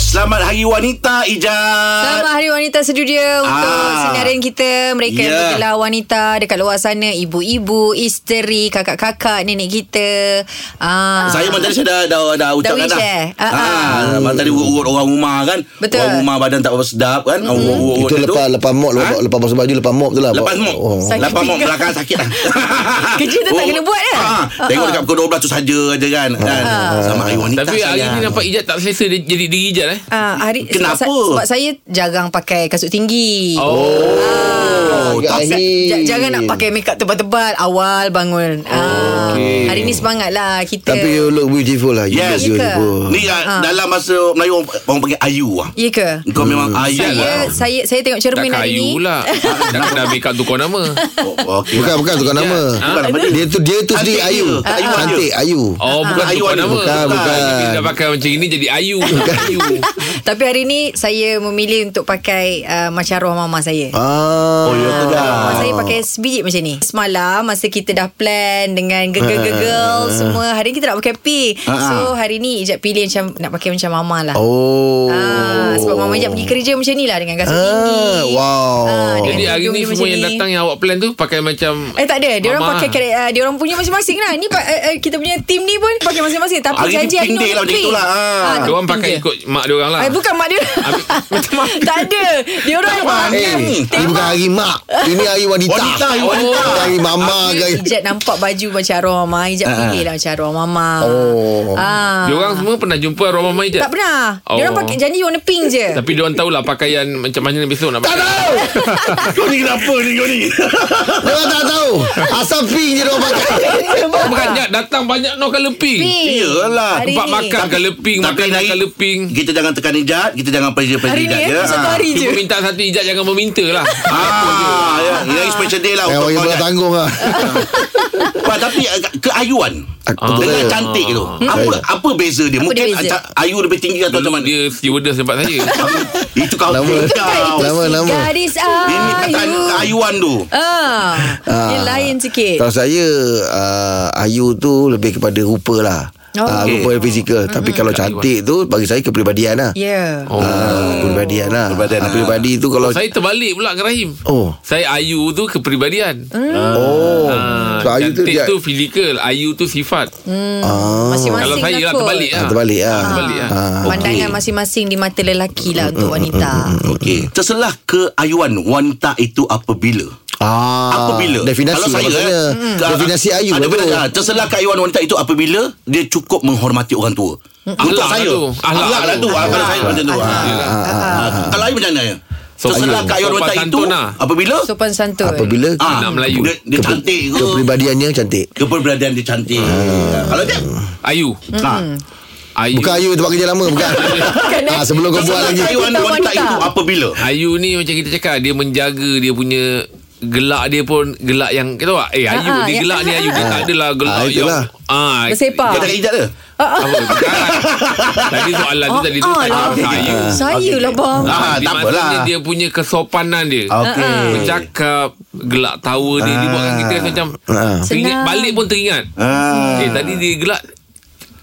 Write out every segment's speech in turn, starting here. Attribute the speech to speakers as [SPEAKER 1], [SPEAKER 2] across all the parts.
[SPEAKER 1] Selamat Hari Wanita Ijaz.
[SPEAKER 2] Selamat Hari Wanita Sedunia untuk
[SPEAKER 1] Ah.
[SPEAKER 2] sinarin kita. Mereka yeah. yang
[SPEAKER 1] Ya.
[SPEAKER 2] bergelar wanita dekat luar sana. Ibu-ibu, isteri, kakak-kakak, nenek kita. Ah.
[SPEAKER 1] Saya malam tadi saya dah dah, dah ucapkan
[SPEAKER 2] wish,
[SPEAKER 1] dah.
[SPEAKER 2] eh? Ah,
[SPEAKER 1] Ah, malam
[SPEAKER 3] Hmm.
[SPEAKER 1] tadi urut-urut orang rumah kan.
[SPEAKER 2] Betul. Hmm.
[SPEAKER 1] Orang rumah badan tak berapa sedap kan. Mm-hmm. Urut-urut
[SPEAKER 3] Itu lepas lepas mop lepas,
[SPEAKER 1] Ha?
[SPEAKER 3] lepas basuh baju lepas mop tu lah.
[SPEAKER 1] Lepas mop oh.
[SPEAKER 3] Oh.
[SPEAKER 2] Sakit
[SPEAKER 1] Lepas mop
[SPEAKER 2] pinggang.
[SPEAKER 1] belakang sakit lah
[SPEAKER 2] Kerja tu tak kena buat, eh?
[SPEAKER 1] ha, Tengok dekat pukul 12 tu saja je kan,
[SPEAKER 3] Ah.
[SPEAKER 1] kan? Sama hari wanita
[SPEAKER 4] Tapi hari
[SPEAKER 1] sayang.
[SPEAKER 4] ni nampak Ijat tak selesa dia jadi diri Ijat eh.
[SPEAKER 2] Ah, hari
[SPEAKER 1] Kenapa?
[SPEAKER 2] Sebab, sa- sebab saya jarang pakai kasut tinggi. Ah.
[SPEAKER 4] Oh.
[SPEAKER 1] Oh,
[SPEAKER 3] Agak
[SPEAKER 1] tak
[SPEAKER 3] akhir.
[SPEAKER 2] Ja- Jangan nak pakai makeup tebal-tebal Awal bangun ah, Hari ni semangat lah kita
[SPEAKER 1] uh,
[SPEAKER 3] Tapi you look beautiful lah. You
[SPEAKER 1] Yes.
[SPEAKER 3] look
[SPEAKER 2] Ya ke?
[SPEAKER 3] beautiful.
[SPEAKER 1] Ni ah, dalam masa Melayu orang, orang panggil ayu lah.
[SPEAKER 2] Ya ke?
[SPEAKER 1] Kau memang
[SPEAKER 3] Hmm.
[SPEAKER 1] ayu
[SPEAKER 2] Saya,
[SPEAKER 1] lah.
[SPEAKER 2] saya saya tengok
[SPEAKER 4] Tak
[SPEAKER 2] cermin hari ni
[SPEAKER 4] kayu lah. Dah kena make up tukar nama.
[SPEAKER 1] Oh, okay.
[SPEAKER 3] Bukan bukan tukar nama.
[SPEAKER 1] Bukan nama dia.
[SPEAKER 3] Dia tu dia tu sendiri
[SPEAKER 1] Cantik
[SPEAKER 3] Ayu.
[SPEAKER 1] dia. Tak Ayu, Ayu.
[SPEAKER 3] Cantik Ayu.
[SPEAKER 4] Oh, bukan
[SPEAKER 1] Ayu
[SPEAKER 4] tukar
[SPEAKER 1] ada.
[SPEAKER 4] nama.
[SPEAKER 3] Bukan, bukan.
[SPEAKER 4] Jadi Dia dah pakai macam ini jadi ayu. Ayu.
[SPEAKER 2] Tapi hari ni Saya memilih untuk pakai uh, Macam arwah mama saya
[SPEAKER 3] Ah.
[SPEAKER 1] Oh, ya ke dah?
[SPEAKER 2] Ah. Saya pakai sebiji macam ni Semalam Masa kita dah plan Dengan gegel-gegel Semua Hari ni kita nak pakai P
[SPEAKER 1] Ah, ah.
[SPEAKER 2] So hari ni Ijat pilih macam Nak pakai macam mama lah
[SPEAKER 3] Oh.
[SPEAKER 2] Ah, sebab mama Ijat pergi kerja macam ni lah Dengan kasut
[SPEAKER 3] Ah,
[SPEAKER 2] tinggi Ah,
[SPEAKER 3] wow.
[SPEAKER 2] dengan
[SPEAKER 4] Jadi hari
[SPEAKER 2] tudung
[SPEAKER 4] ni
[SPEAKER 2] dia
[SPEAKER 4] semua
[SPEAKER 2] macam
[SPEAKER 4] yang
[SPEAKER 2] ni.
[SPEAKER 4] datang yang awak plan tu pakai macam
[SPEAKER 2] Eh tak ada Dia orang
[SPEAKER 4] Mama.
[SPEAKER 2] pakai kare- uh, Dia orang punya masing-masing lah Ni pa- uh, uh, kita punya tim ni pun Pakai masing-masing Tapi
[SPEAKER 1] Hari ni
[SPEAKER 2] janji hari ni
[SPEAKER 1] pink day
[SPEAKER 2] orang
[SPEAKER 1] lah macam
[SPEAKER 2] pink.
[SPEAKER 1] itulah. Ah.
[SPEAKER 2] Ah,
[SPEAKER 4] Dia orang
[SPEAKER 2] pink
[SPEAKER 4] pakai
[SPEAKER 2] je.
[SPEAKER 4] ikut mak dia orang lah.
[SPEAKER 2] Eh bukan mak dia Tak ada Dia orang
[SPEAKER 3] Eh, ini bukan hari mak. Ini hari wanita.
[SPEAKER 1] Wanita, hari wanita.
[SPEAKER 3] Bukan hari mama ke. hari-
[SPEAKER 2] Ijat nampak baju macam arwah mama Ijat
[SPEAKER 1] Ah.
[SPEAKER 2] pilih lah macam arwah mama
[SPEAKER 3] Oh.
[SPEAKER 2] ah.
[SPEAKER 4] Dia orang semua pernah jumpa arwah mama Ijat?
[SPEAKER 2] Tak pernah Dia orang
[SPEAKER 4] Oh.
[SPEAKER 2] pakai janji warna pink je
[SPEAKER 4] Tapi dia orang tahulah pakaian macam mana besok nak pakai. Tak tahu.
[SPEAKER 1] Kau ni kenapa ni kau ni?
[SPEAKER 3] Dia orang tak tahu. Asal pink je dia orang pakai.
[SPEAKER 4] Bukan Ijat datang banyak no color pink.
[SPEAKER 2] Pink.
[SPEAKER 1] Iyalah.
[SPEAKER 2] Hari
[SPEAKER 4] Tempat
[SPEAKER 2] ni.
[SPEAKER 4] makan color pink,
[SPEAKER 1] Tapi
[SPEAKER 4] makan
[SPEAKER 1] hari
[SPEAKER 4] color pink.
[SPEAKER 1] Kita jangan tekan ijat Kita jangan pressure-pressure
[SPEAKER 2] Hari ni
[SPEAKER 1] ijat
[SPEAKER 2] eh
[SPEAKER 1] ya.
[SPEAKER 2] Satu hari je
[SPEAKER 4] Cuma minta satu Ijat jangan meminta lah.
[SPEAKER 1] Ah, ya. Ini hari special day lah
[SPEAKER 3] Eh,
[SPEAKER 1] untuk
[SPEAKER 3] orang
[SPEAKER 1] kau
[SPEAKER 3] pula
[SPEAKER 1] Ijat.
[SPEAKER 3] tanggung lah.
[SPEAKER 1] Pa, Tapi agak keayuan
[SPEAKER 3] Aku
[SPEAKER 4] Ah.
[SPEAKER 3] betul Ah,
[SPEAKER 1] Dengan
[SPEAKER 3] saya.
[SPEAKER 1] cantik tu Apa apa beza dia? Mungkin
[SPEAKER 2] dia beza?
[SPEAKER 1] aca- ayu lebih tinggi atau macam
[SPEAKER 4] Dulu
[SPEAKER 1] mana?
[SPEAKER 4] dia stewardess tempat saya.
[SPEAKER 1] Itu kau
[SPEAKER 3] Lama.
[SPEAKER 1] kau.
[SPEAKER 3] Lama,
[SPEAKER 2] Si
[SPEAKER 3] lama.
[SPEAKER 2] Gadis
[SPEAKER 1] Ini tekan
[SPEAKER 2] ayu
[SPEAKER 1] keayuan tu
[SPEAKER 2] Ah, Dia lain sikit
[SPEAKER 3] Kalau saya uh, Ayu tu Lebih kepada rupa lah
[SPEAKER 2] Oh.
[SPEAKER 3] oh, uh,
[SPEAKER 1] Okey.
[SPEAKER 3] Rupa dan fizikal mm-hmm. Tapi kalau
[SPEAKER 1] lah.
[SPEAKER 3] cantik tu Bagi saya kepribadian lah
[SPEAKER 2] Ya
[SPEAKER 3] oh. uh, Kepribadian lah
[SPEAKER 1] Kepribadian
[SPEAKER 3] Ah,
[SPEAKER 1] lah.
[SPEAKER 3] Peribadi tu kalau
[SPEAKER 4] Saya terbalik pula dengan Rahim.
[SPEAKER 3] Oh
[SPEAKER 4] Saya Ayu tu kepribadian.
[SPEAKER 2] Hmm.
[SPEAKER 3] Oh
[SPEAKER 4] Ah,
[SPEAKER 3] So Ayu tu dia
[SPEAKER 4] cantik tu fizikal, Ayu tu sifat.
[SPEAKER 2] Hmm.
[SPEAKER 3] ah,
[SPEAKER 2] Masing-masing
[SPEAKER 4] Kalau saya lah
[SPEAKER 2] kot.
[SPEAKER 4] terbalik
[SPEAKER 3] ah,
[SPEAKER 4] lah.
[SPEAKER 3] Terbalik lah
[SPEAKER 4] Terbalik lah.
[SPEAKER 3] Ah.
[SPEAKER 2] Pandangan masing-masing di mata lelaki lah untuk wanita.
[SPEAKER 1] Okey Terselah keayuan wanita itu apabila
[SPEAKER 3] Ah,
[SPEAKER 1] Apabila
[SPEAKER 3] Definasi
[SPEAKER 1] Kalau saya
[SPEAKER 3] maksudnya.
[SPEAKER 1] eh, ah,
[SPEAKER 3] Definasi Ayu
[SPEAKER 1] ah,
[SPEAKER 3] lah
[SPEAKER 1] definasi,
[SPEAKER 3] tu.
[SPEAKER 1] ah, Terselah keayuan wanita itu apabila Dia cukup menghormati orang tua Untuk
[SPEAKER 4] Ahlak
[SPEAKER 1] saya
[SPEAKER 4] lah tu. Ahlak
[SPEAKER 1] Ahlak lah
[SPEAKER 4] tu.
[SPEAKER 1] tu Ah, Kalau saya macam tu Ah.
[SPEAKER 4] Yelah.
[SPEAKER 1] Ah, Kalau Ayu macam mana
[SPEAKER 4] Sopan
[SPEAKER 1] Terselah
[SPEAKER 4] tu.
[SPEAKER 1] keayuan
[SPEAKER 4] Sopan
[SPEAKER 1] wanita itu
[SPEAKER 4] santun lah.
[SPEAKER 1] Apabila
[SPEAKER 2] Sopan santun.
[SPEAKER 3] Apabila
[SPEAKER 1] ah,
[SPEAKER 4] Anak Melayu.
[SPEAKER 1] Dia, dia cantik ke
[SPEAKER 3] Kepribadiannya cantik
[SPEAKER 1] Keberadaan dia cantik Ah, Kalau dia
[SPEAKER 4] Ayu.
[SPEAKER 2] Hmm.
[SPEAKER 1] ah,
[SPEAKER 4] Ayu.
[SPEAKER 3] Bukan Ayu tempat kerja lama Bukan ah, Sebelum kau buat
[SPEAKER 1] Terselah
[SPEAKER 3] lagi
[SPEAKER 1] keayuan
[SPEAKER 2] Wanita,
[SPEAKER 1] wanita
[SPEAKER 2] wanita.
[SPEAKER 1] itu apabila
[SPEAKER 4] Ayu ni macam kita cakap dia menjaga dia punya gelak dia pun gelak yang kita tahu tak? eh Ayu
[SPEAKER 2] Ah,
[SPEAKER 4] dia
[SPEAKER 2] ya.
[SPEAKER 4] gelak ni Ayu dia tak adalah gelak
[SPEAKER 3] Ah,
[SPEAKER 4] yang
[SPEAKER 3] itulah.
[SPEAKER 4] ah
[SPEAKER 2] Bersepak.
[SPEAKER 1] Kau tak ijat ke?
[SPEAKER 4] apa bukan. tadi soalan tu tadi tu
[SPEAKER 2] Ah,
[SPEAKER 4] tadi
[SPEAKER 2] lah.
[SPEAKER 4] Ayu
[SPEAKER 2] Saya lah bang.
[SPEAKER 1] Ah,
[SPEAKER 4] Ah,
[SPEAKER 1] tak
[SPEAKER 4] tak
[SPEAKER 1] apalah.
[SPEAKER 4] apalah. Dia punya kesopanan dia.
[SPEAKER 1] Okey.
[SPEAKER 4] Bercakap, gelak tawa dia. Dia
[SPEAKER 3] Ah.
[SPEAKER 4] buatkan kita rasa macam
[SPEAKER 3] Ah.
[SPEAKER 4] teringat,
[SPEAKER 2] Senang.
[SPEAKER 4] balik pun teringat.
[SPEAKER 1] Ah.
[SPEAKER 4] Eh, tadi dia gelak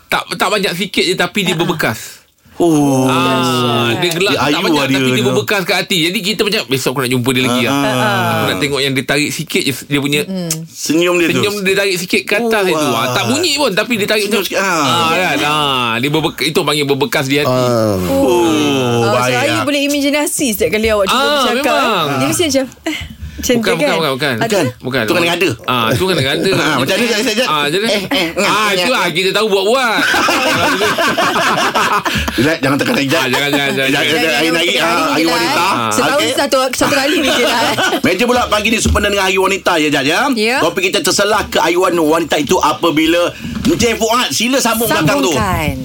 [SPEAKER 4] tak tak banyak sikit je tapi dia berbekas.
[SPEAKER 1] Oh.
[SPEAKER 4] Ah, dia gelak
[SPEAKER 1] Dia
[SPEAKER 4] tak
[SPEAKER 1] ayu
[SPEAKER 4] banyak
[SPEAKER 1] lah dia
[SPEAKER 4] tapi dia
[SPEAKER 1] tu.
[SPEAKER 4] berbekas kat hati. Jadi kita macam besok aku nak jumpa dia lagi ah. Aku nak tengok yang dia tarik sikit je dia punya
[SPEAKER 1] Senyum dia
[SPEAKER 4] Senyum
[SPEAKER 1] tu.
[SPEAKER 4] dia tarik sikit ke atas
[SPEAKER 1] Hmm. Oh,
[SPEAKER 4] itu. Ah,
[SPEAKER 1] ah.
[SPEAKER 4] tak bunyi pun tapi dia tarik
[SPEAKER 1] Senyum
[SPEAKER 4] macam
[SPEAKER 1] sikit, ah.
[SPEAKER 4] ah kan. Ah, dia berbekas itu panggil berbekas di hati.
[SPEAKER 3] Ah.
[SPEAKER 1] Oh,
[SPEAKER 2] Oh, so
[SPEAKER 1] baik.
[SPEAKER 2] Ayu
[SPEAKER 1] lah.
[SPEAKER 2] boleh imajinasi setiap kali awak cuba
[SPEAKER 4] Ah,
[SPEAKER 2] bercakap.
[SPEAKER 4] memang.
[SPEAKER 2] eh. Dia mesti macam... eh, Macam
[SPEAKER 4] Bukan,
[SPEAKER 2] tu kan?
[SPEAKER 4] bukan, bukan, bukan.
[SPEAKER 2] Ada?
[SPEAKER 4] Bukan.
[SPEAKER 1] Tu kadang-ada.
[SPEAKER 4] Ah, tu kadang-ada.
[SPEAKER 1] Ah, macam ni, sekejap, sekejap.
[SPEAKER 4] Ah, jadi.
[SPEAKER 1] Eh, eh, eh,
[SPEAKER 4] ah,
[SPEAKER 1] eh,
[SPEAKER 4] itu
[SPEAKER 1] eh.
[SPEAKER 4] ah kita tahu buat-buat.
[SPEAKER 1] Relax, jangan tekan ijat.
[SPEAKER 4] Ah, jangan, jangan, jangan.
[SPEAKER 1] Jangan, Ayu lagi. ah, Ayu wanita.
[SPEAKER 2] Ah, Setahun
[SPEAKER 1] Okey.
[SPEAKER 2] satu, satu kali ni je lah.
[SPEAKER 1] Meja pula pagi ni sempena dengan ayu wanita ya Jad ya.
[SPEAKER 2] Ya.
[SPEAKER 1] Topik kita terselah keayuan wanita itu apabila Encik Fuad sila sambung belakang tu.
[SPEAKER 2] Sambungkan.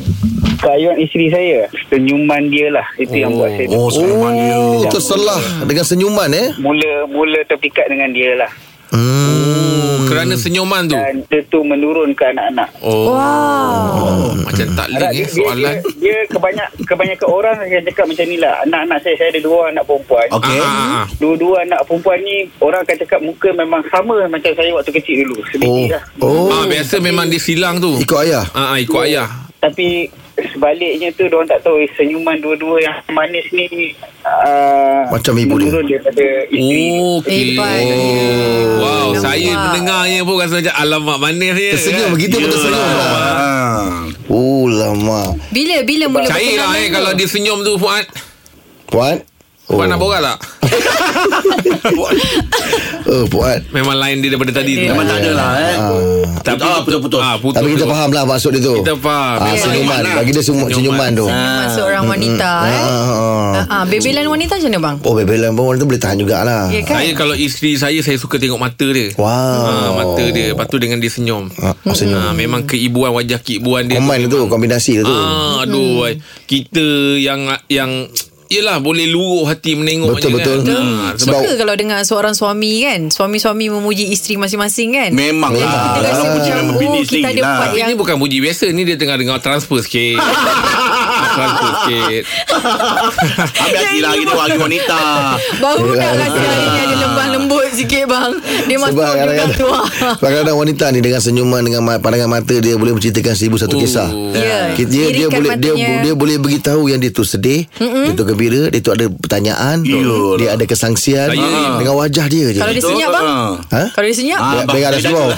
[SPEAKER 5] keayuan isteri saya senyuman dia lah itu oh. yang buat saya
[SPEAKER 1] Oh, senyuman dia.
[SPEAKER 3] Oh, terselah dengan senyuman eh.
[SPEAKER 5] mula mula terpikat dengan dia lah
[SPEAKER 3] Hmm.
[SPEAKER 4] Oh, Kerana senyuman tu.
[SPEAKER 5] Dan tentu menurun ke anak-anak
[SPEAKER 4] Oh.
[SPEAKER 2] Wow.
[SPEAKER 4] oh. Macam tak link eh
[SPEAKER 5] Harap dia, dia, dia,
[SPEAKER 4] soalan.
[SPEAKER 5] dia kebanyak, kebanyakan orang yang cakap macam ni lah Anak-anak saya, saya ada dua anak perempuan
[SPEAKER 1] Okey.
[SPEAKER 4] Ah, ah, ah.
[SPEAKER 5] Dua-dua anak perempuan ni Orang akan cakap muka memang sama macam saya waktu kecil dulu
[SPEAKER 3] Oh.
[SPEAKER 5] Sedikit lah
[SPEAKER 3] Oh.
[SPEAKER 4] Ah, biasa memang dia silang tu.
[SPEAKER 3] Ikut ayah.
[SPEAKER 4] Ah, ah, ikut ayah.
[SPEAKER 5] Tapi sebaliknya tu orang tak tahu eh, senyuman dua-dua yang manis ni uh,
[SPEAKER 3] Macam ibu dia.
[SPEAKER 5] menurun daripada isteri.
[SPEAKER 4] Okey.
[SPEAKER 2] Hebat.
[SPEAKER 4] Oh. Wow,
[SPEAKER 2] Nampak.
[SPEAKER 4] saya mendengarnya pun rasa macam alamak manisnya.
[SPEAKER 3] Tersenyum begitu pun
[SPEAKER 1] Yelah.
[SPEAKER 3] tersenyum.
[SPEAKER 1] Ah.
[SPEAKER 3] Oh lama.
[SPEAKER 2] Bila bila mula
[SPEAKER 4] Cair lah eh
[SPEAKER 2] perkenalan tu?
[SPEAKER 4] kalau dia senyum tu Fuad.
[SPEAKER 3] Puan. Oh.
[SPEAKER 4] Fuad nak borak tak?
[SPEAKER 3] Eh, puan.
[SPEAKER 4] Memang lain dia daripada tadi tu.
[SPEAKER 1] Memang tak ada lah eh. Tapi ah, putus-putus.
[SPEAKER 4] Ah, putus.
[SPEAKER 3] Tapi kita faham lah maksud dia tu.
[SPEAKER 4] Kita faham.
[SPEAKER 3] Ah,
[SPEAKER 4] Memang
[SPEAKER 3] senyuman.
[SPEAKER 4] senyuman Ah. lah.
[SPEAKER 3] Bagi dia senyum- senyuman tu.
[SPEAKER 2] Senyuman Ah, seorang wanita eh.
[SPEAKER 3] Ah.
[SPEAKER 2] Ah, ah, bebelan wanita macam mana bang?
[SPEAKER 3] Oh, bebelan pun orang tu boleh tahan jugalah.
[SPEAKER 2] Ya kan?
[SPEAKER 4] Saya kalau isteri saya Saya suka tengok mata dia
[SPEAKER 3] Wow.
[SPEAKER 4] Ah, Mata dia Lepas tu dengan dia senyum
[SPEAKER 3] Ah, senyum.
[SPEAKER 4] Ah, Memang keibuan Wajah keibuan dia
[SPEAKER 3] Combine tu, kombinasi dia tu.
[SPEAKER 4] ah, Aduh hmm. Kita yang yang Yelah boleh luruh hati menengok
[SPEAKER 3] Betul,
[SPEAKER 4] je kan.
[SPEAKER 3] betul.
[SPEAKER 4] Ah,
[SPEAKER 3] Hmm.
[SPEAKER 4] sebab
[SPEAKER 2] Suka kalau dengar seorang suami kan Suami-suami memuji isteri masing-masing kan
[SPEAKER 1] Memang
[SPEAKER 2] Jadi
[SPEAKER 1] lah.
[SPEAKER 2] kita rasa
[SPEAKER 1] Kalau puji
[SPEAKER 2] macam
[SPEAKER 1] memang bini
[SPEAKER 2] Oh
[SPEAKER 1] isteri
[SPEAKER 2] kita ada
[SPEAKER 1] lah.
[SPEAKER 2] part
[SPEAKER 4] Yang...
[SPEAKER 2] yang
[SPEAKER 4] Ini bukan puji biasa Ni dia tengah dengar transfer sikit Transfer sikit
[SPEAKER 1] Ambil hati lah kita bagi wanita.
[SPEAKER 2] Baru
[SPEAKER 1] Ya.
[SPEAKER 3] Yelah.
[SPEAKER 2] nak rasa hari ni ada lembang lembut sikit bang Dia masuk
[SPEAKER 3] Sebab
[SPEAKER 2] juga
[SPEAKER 3] kadang-kadang
[SPEAKER 2] tu ah.
[SPEAKER 3] Sebab kadang-kadang wanita ni Dengan senyuman Dengan ma- pandangan mata Dia boleh menceritakan seribu satu
[SPEAKER 4] Oh.
[SPEAKER 3] kisah
[SPEAKER 2] Ya.
[SPEAKER 3] Ki- dia, dia,
[SPEAKER 2] Irikan
[SPEAKER 3] boleh, dia,
[SPEAKER 2] matanya.
[SPEAKER 3] dia boleh beritahu Yang dia tu sedih Dia tu gembira Dia tu ada pertanyaan
[SPEAKER 1] Iyalah.
[SPEAKER 3] Dia
[SPEAKER 4] lah.
[SPEAKER 3] ada kesangsian
[SPEAKER 4] Saya-
[SPEAKER 3] Dengan wajah dia je
[SPEAKER 2] Kalau dia senyap bang
[SPEAKER 1] Ah.
[SPEAKER 3] Ha?
[SPEAKER 2] Kalau dia senyap
[SPEAKER 1] Ah,
[SPEAKER 3] Dia- Dia ada surau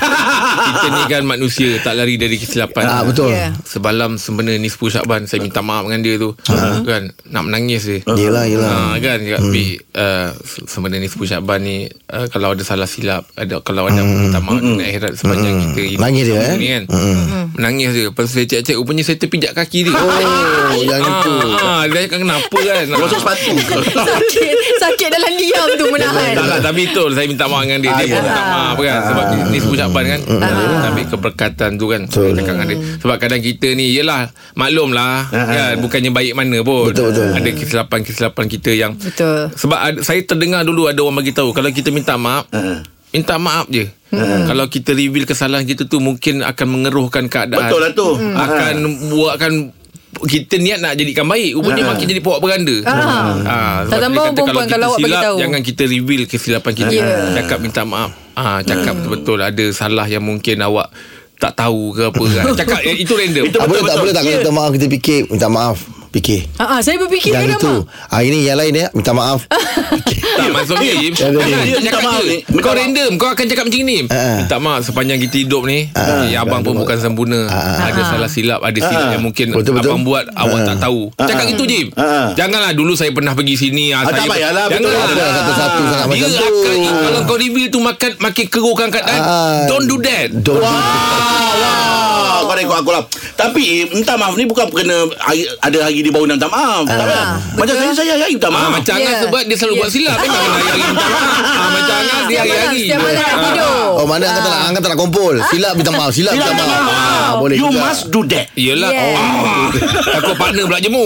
[SPEAKER 4] Kita ni kan manusia Tak lari dari kesilapan
[SPEAKER 3] Ah, Betul
[SPEAKER 2] Ya.
[SPEAKER 4] Semalam sebenarnya ni 10 Syakban Saya minta maaf dengan dia tu
[SPEAKER 3] Ah.
[SPEAKER 4] Kan Nak menangis dia
[SPEAKER 3] Yelah yelah
[SPEAKER 4] Ha, kan cakap hmm. Bi, uh, se- sebenarnya ni 10 Syakban ni uh, kalau ada salah silap ada kalau ada hmm. minta maaf dengan akhirat sepanjang kita hidup
[SPEAKER 3] Hmm. Nangis dia,
[SPEAKER 4] sama
[SPEAKER 3] eh?
[SPEAKER 4] ni kan menangis dia lepas tu saya cek-cek rupanya saya terpijak kaki dia
[SPEAKER 3] Oh yang itu
[SPEAKER 4] ah, ah, dia cakap kenapa kan
[SPEAKER 1] Bocor sepatu.
[SPEAKER 2] Sakit Sakit dalam diam tu menahan
[SPEAKER 4] tak lah Tapi betul Saya minta maaf dengan dia
[SPEAKER 3] Ah,
[SPEAKER 4] Dia pun minta maaf kan Sebab ni sebut Syaban kan
[SPEAKER 3] Hmm,
[SPEAKER 4] Tapi keberkatan tu kan Saya cakap dengan dia Sebab kadang kita ni Yelah Maklum lah
[SPEAKER 3] Ah,
[SPEAKER 4] kan, Bukannya baik mana pun
[SPEAKER 3] Betul-betul.
[SPEAKER 4] Ada kesilapan-kesilapan kita yang
[SPEAKER 2] Betul
[SPEAKER 4] Sebab ada, saya terdengar dulu Ada orang bagi tahu Kalau kita minta maaf Minta maaf je
[SPEAKER 1] Hmm.
[SPEAKER 4] Kalau kita reveal kesalahan kita tu Mungkin akan mengeruhkan keadaan Hmm.
[SPEAKER 1] Betul lah tu. Hmm.
[SPEAKER 4] Akan buatkan kita niat nak jadikan baik Rupanya makin jadi puak beranda ha,
[SPEAKER 2] Ah. Tak tambah perempuan kalau awak bagi tahu.
[SPEAKER 4] Jangan kita reveal kesilapan kita
[SPEAKER 2] Ya.
[SPEAKER 4] Cakap minta maaf ha, Cakap
[SPEAKER 1] Hmm.
[SPEAKER 4] betul-betul Ada salah yang mungkin awak Tak tahu ke apa kan Cakap eh, itu random
[SPEAKER 1] Itu
[SPEAKER 3] Ah,
[SPEAKER 1] betul,
[SPEAKER 3] Boleh tak
[SPEAKER 1] betul.
[SPEAKER 3] boleh tak Kalau minta maaf kita fikir Minta maaf Fikir
[SPEAKER 2] Ah, ah, saya berfikir kadang
[SPEAKER 3] Yang itu
[SPEAKER 2] bang
[SPEAKER 3] ah, Ini yang lain ya Minta maaf
[SPEAKER 4] Tak masuk ni
[SPEAKER 3] Ya, ya, ya.
[SPEAKER 4] Dia
[SPEAKER 1] Minta
[SPEAKER 4] cakap
[SPEAKER 1] maaf ni.
[SPEAKER 4] je
[SPEAKER 1] Minta
[SPEAKER 4] Kau
[SPEAKER 1] maaf.
[SPEAKER 4] random Kau akan cakap macam ni
[SPEAKER 3] Ah.
[SPEAKER 4] Minta maaf Sepanjang kita hidup ni
[SPEAKER 3] Ah.
[SPEAKER 4] ya, Abang pun
[SPEAKER 3] Dah,
[SPEAKER 4] bukan sempurna
[SPEAKER 3] Ah.
[SPEAKER 4] Ada salah silap Ada silap yang mungkin
[SPEAKER 3] Betul, betul.
[SPEAKER 4] Abang buat Awak tak tahu Cakap gitu Jim
[SPEAKER 1] Ah.
[SPEAKER 4] Janganlah dulu saya pernah pergi sini ah,
[SPEAKER 1] Ah,
[SPEAKER 4] saya
[SPEAKER 1] tak payahlah, betul
[SPEAKER 4] Janganlah Ah.
[SPEAKER 3] lah. Satu-satu sangat
[SPEAKER 4] Dia
[SPEAKER 3] macam tu.
[SPEAKER 4] akan Kalau kau review tu makan Makin keruhkan keadaan
[SPEAKER 3] Ah.
[SPEAKER 4] Don't do that
[SPEAKER 3] Don't
[SPEAKER 1] Alah, Kau dah ikut aku lah Tapi minta maaf ni bukan kena hari- Ada hari dia baru nak minta maaf Tak payah. Macam saya saya hari minta
[SPEAKER 4] Ah,
[SPEAKER 1] maaf
[SPEAKER 4] macam
[SPEAKER 2] Ya.
[SPEAKER 4] Angas sebab dia selalu
[SPEAKER 2] Ya.
[SPEAKER 4] buat silap Memang kena hari-hari minta maaf. Ah, Macam Angas dia
[SPEAKER 2] Setiap malam
[SPEAKER 4] hari-hari
[SPEAKER 2] Setiap malam nak
[SPEAKER 4] Ah.
[SPEAKER 2] tidur
[SPEAKER 3] Oh mana angkat tak
[SPEAKER 2] Ah.
[SPEAKER 3] nak Angkat tak nak kumpul Silap minta maaf Silap minta maaf Ah, Boleh
[SPEAKER 1] You
[SPEAKER 3] juga.
[SPEAKER 1] must do that
[SPEAKER 4] Yelah
[SPEAKER 2] Yeah.
[SPEAKER 4] oh, Takut partner pula jemu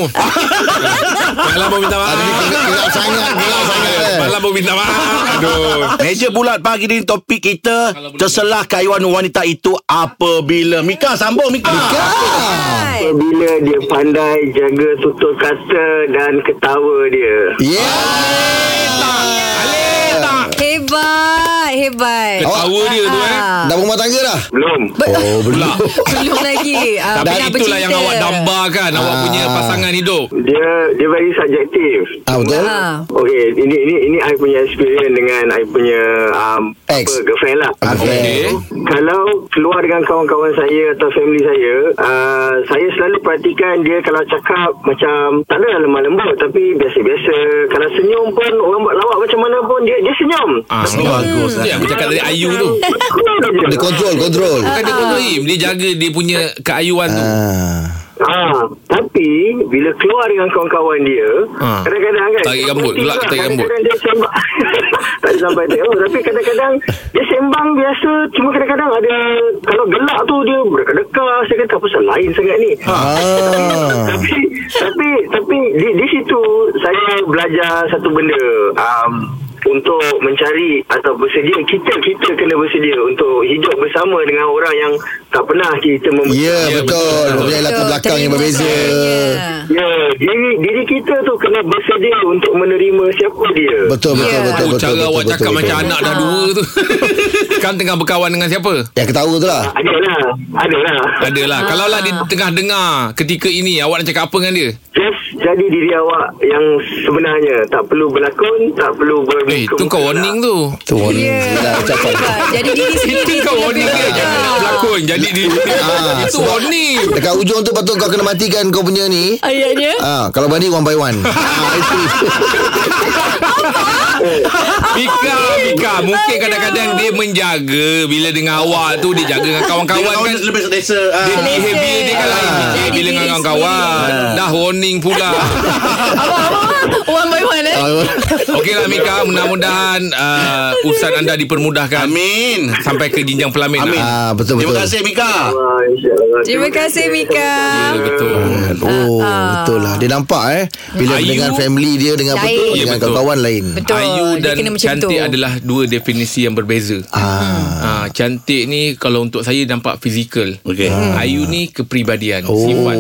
[SPEAKER 4] Malam pun minta maaf
[SPEAKER 3] Dia gelap- Gelap sangat Gelap sangat eh.
[SPEAKER 4] Malam pun minta maaf Aduh
[SPEAKER 1] Meja bulat pagi ni topik kita Terselah kayuan wanita itu apabila Mika sambung Mika, Mika.
[SPEAKER 2] Hai.
[SPEAKER 6] Bila dia pandai jaga tutur kata dan ketawa dia.
[SPEAKER 3] Yeah
[SPEAKER 4] Eh,
[SPEAKER 2] Hebat Hebat Ah,
[SPEAKER 4] Ketawa dia tu eh
[SPEAKER 3] Dah berumah tangga dah
[SPEAKER 6] Belum.
[SPEAKER 3] Oh belum
[SPEAKER 2] Belum lagi Ah,
[SPEAKER 4] Tapi
[SPEAKER 2] nak
[SPEAKER 4] itulah
[SPEAKER 2] bercinta.
[SPEAKER 4] yang
[SPEAKER 2] Ah.
[SPEAKER 4] awak dambakan Awak punya pasangan hidup
[SPEAKER 6] Dia dia very subjektif.
[SPEAKER 3] Ah betul
[SPEAKER 2] Ah.
[SPEAKER 6] Okey, ini ini ini I punya experience dengan I punya um,
[SPEAKER 3] Ex.
[SPEAKER 6] apa girlfriend lah.
[SPEAKER 3] Okay
[SPEAKER 4] Okay
[SPEAKER 6] Kalau keluar dengan kawan-kawan saya atau family saya, uh, saya selalu perhatikan dia kalau cakap macam tak ada lemah lembut tapi biasa-biasa. Kalau senyum pun orang buat lawak macam mana pun dia dia senyum.
[SPEAKER 4] Ah,
[SPEAKER 1] Itu bagus
[SPEAKER 4] Itu yang aku cakap tadi Ayu tu
[SPEAKER 3] Dia kontrol Kontrol
[SPEAKER 4] Bukan dia kontrolim Dia jaga dia punya keayuan tu
[SPEAKER 3] Ah.
[SPEAKER 6] Ah, tapi bila keluar dengan kawan-kawan dia,
[SPEAKER 4] Ah.
[SPEAKER 6] kadang-kadang kan
[SPEAKER 4] Tarik rambut,
[SPEAKER 6] seperti
[SPEAKER 4] gelak
[SPEAKER 6] lah,
[SPEAKER 4] tarik rambut.
[SPEAKER 6] Kadang-kadang dia sembang. tak ada sampai tahu, tapi kadang-kadang dia sembang biasa, cuma kadang-kadang ada kalau gelak tu dia berdekat-dekat, saya kata pasal lain sangat ni.
[SPEAKER 3] Ah.
[SPEAKER 6] Tapi tapi tapi di, di situ saya belajar satu benda. Um, untuk mencari atau bersedia kita kita kena bersedia untuk hidup bersama dengan orang yang tak pernah kita mem-
[SPEAKER 3] Ya
[SPEAKER 4] Ya,
[SPEAKER 3] betul
[SPEAKER 4] betul.
[SPEAKER 3] Mempunyai latar belakang yang
[SPEAKER 2] terima
[SPEAKER 3] berbeza
[SPEAKER 2] saya.
[SPEAKER 6] Ya, diri diri kita tu kena bersedia untuk menerima siapa dia.
[SPEAKER 3] Betul betul
[SPEAKER 2] Ya.
[SPEAKER 3] betul
[SPEAKER 4] Oh,
[SPEAKER 3] betul
[SPEAKER 4] cara
[SPEAKER 3] betul,
[SPEAKER 4] awak
[SPEAKER 3] betul,
[SPEAKER 4] cakap
[SPEAKER 3] betul.
[SPEAKER 4] macam anak dah
[SPEAKER 2] Ah.
[SPEAKER 4] dua tu. kan tengah berkawan dengan siapa?
[SPEAKER 3] Yang ketawa tu lah
[SPEAKER 6] Adalah, adalah.
[SPEAKER 4] Adalah. Kalau lah dia tengah dengar ketika ini, awak nak cakap apa dengan dia?
[SPEAKER 6] Just jadi diri awak yang sebenarnya. Tak perlu berlakon, tak perlu bermuka.
[SPEAKER 4] Eh, tu kau warning tu.
[SPEAKER 3] Tu warning
[SPEAKER 2] Ya.
[SPEAKER 3] Yelah, ucapan
[SPEAKER 2] Hebat. Jadi diri sendiri.
[SPEAKER 4] Itu kau warning dia. Jangan nak berlakon. Jadi dia.
[SPEAKER 3] Ah,
[SPEAKER 4] Itu
[SPEAKER 3] sebab-
[SPEAKER 4] warning.
[SPEAKER 3] Dekat ujung tu Patut kau kena matikan Kau punya ni
[SPEAKER 2] Ayatnya
[SPEAKER 3] Ah, kalau berani one by one. ah, itu.
[SPEAKER 4] Mika, Mika. Mungkin kadang-kadang dia menjaga bila dengan awak tu. Dia jaga dengan kawan-kawan
[SPEAKER 1] Kawan
[SPEAKER 4] kan.
[SPEAKER 1] lebih selesa ah.
[SPEAKER 4] Dia behavior dia kan lain
[SPEAKER 2] Ah.
[SPEAKER 4] Dia bila dengan kawan-kawan. Dah warning pula.
[SPEAKER 2] One by one
[SPEAKER 3] Ah.
[SPEAKER 2] eh
[SPEAKER 4] Okeylah lah, Mika, mudah-mudahan uh, urusan anda dipermudahkan.
[SPEAKER 1] Amin
[SPEAKER 4] Sampai ke jinjang pelamin.
[SPEAKER 1] Amin.
[SPEAKER 3] ah,
[SPEAKER 4] Ah.
[SPEAKER 3] betul betul.
[SPEAKER 1] Terima kasih Mika
[SPEAKER 6] Ah, insyaAllah.
[SPEAKER 2] Terima kasih Mika
[SPEAKER 4] Ya, betul.
[SPEAKER 3] Oh, betul lah. Dia nampak eh bila
[SPEAKER 4] Ayu-
[SPEAKER 3] dengan family dia dengan
[SPEAKER 2] Lain.
[SPEAKER 3] betul
[SPEAKER 2] Ya,
[SPEAKER 3] dengan
[SPEAKER 4] betul.
[SPEAKER 3] kawan-kawan lain.
[SPEAKER 2] Betul
[SPEAKER 4] Ayu
[SPEAKER 2] Dia
[SPEAKER 4] dan
[SPEAKER 2] kena macam
[SPEAKER 4] cantik
[SPEAKER 2] tu.
[SPEAKER 4] adalah dua definisi yang berbeza.
[SPEAKER 3] Ah.
[SPEAKER 4] Ah, cantik ni kalau untuk saya nampak fizikal. Ah.
[SPEAKER 1] Okey.
[SPEAKER 4] Ayu ni kepribadian,
[SPEAKER 3] Oh.
[SPEAKER 4] sifat.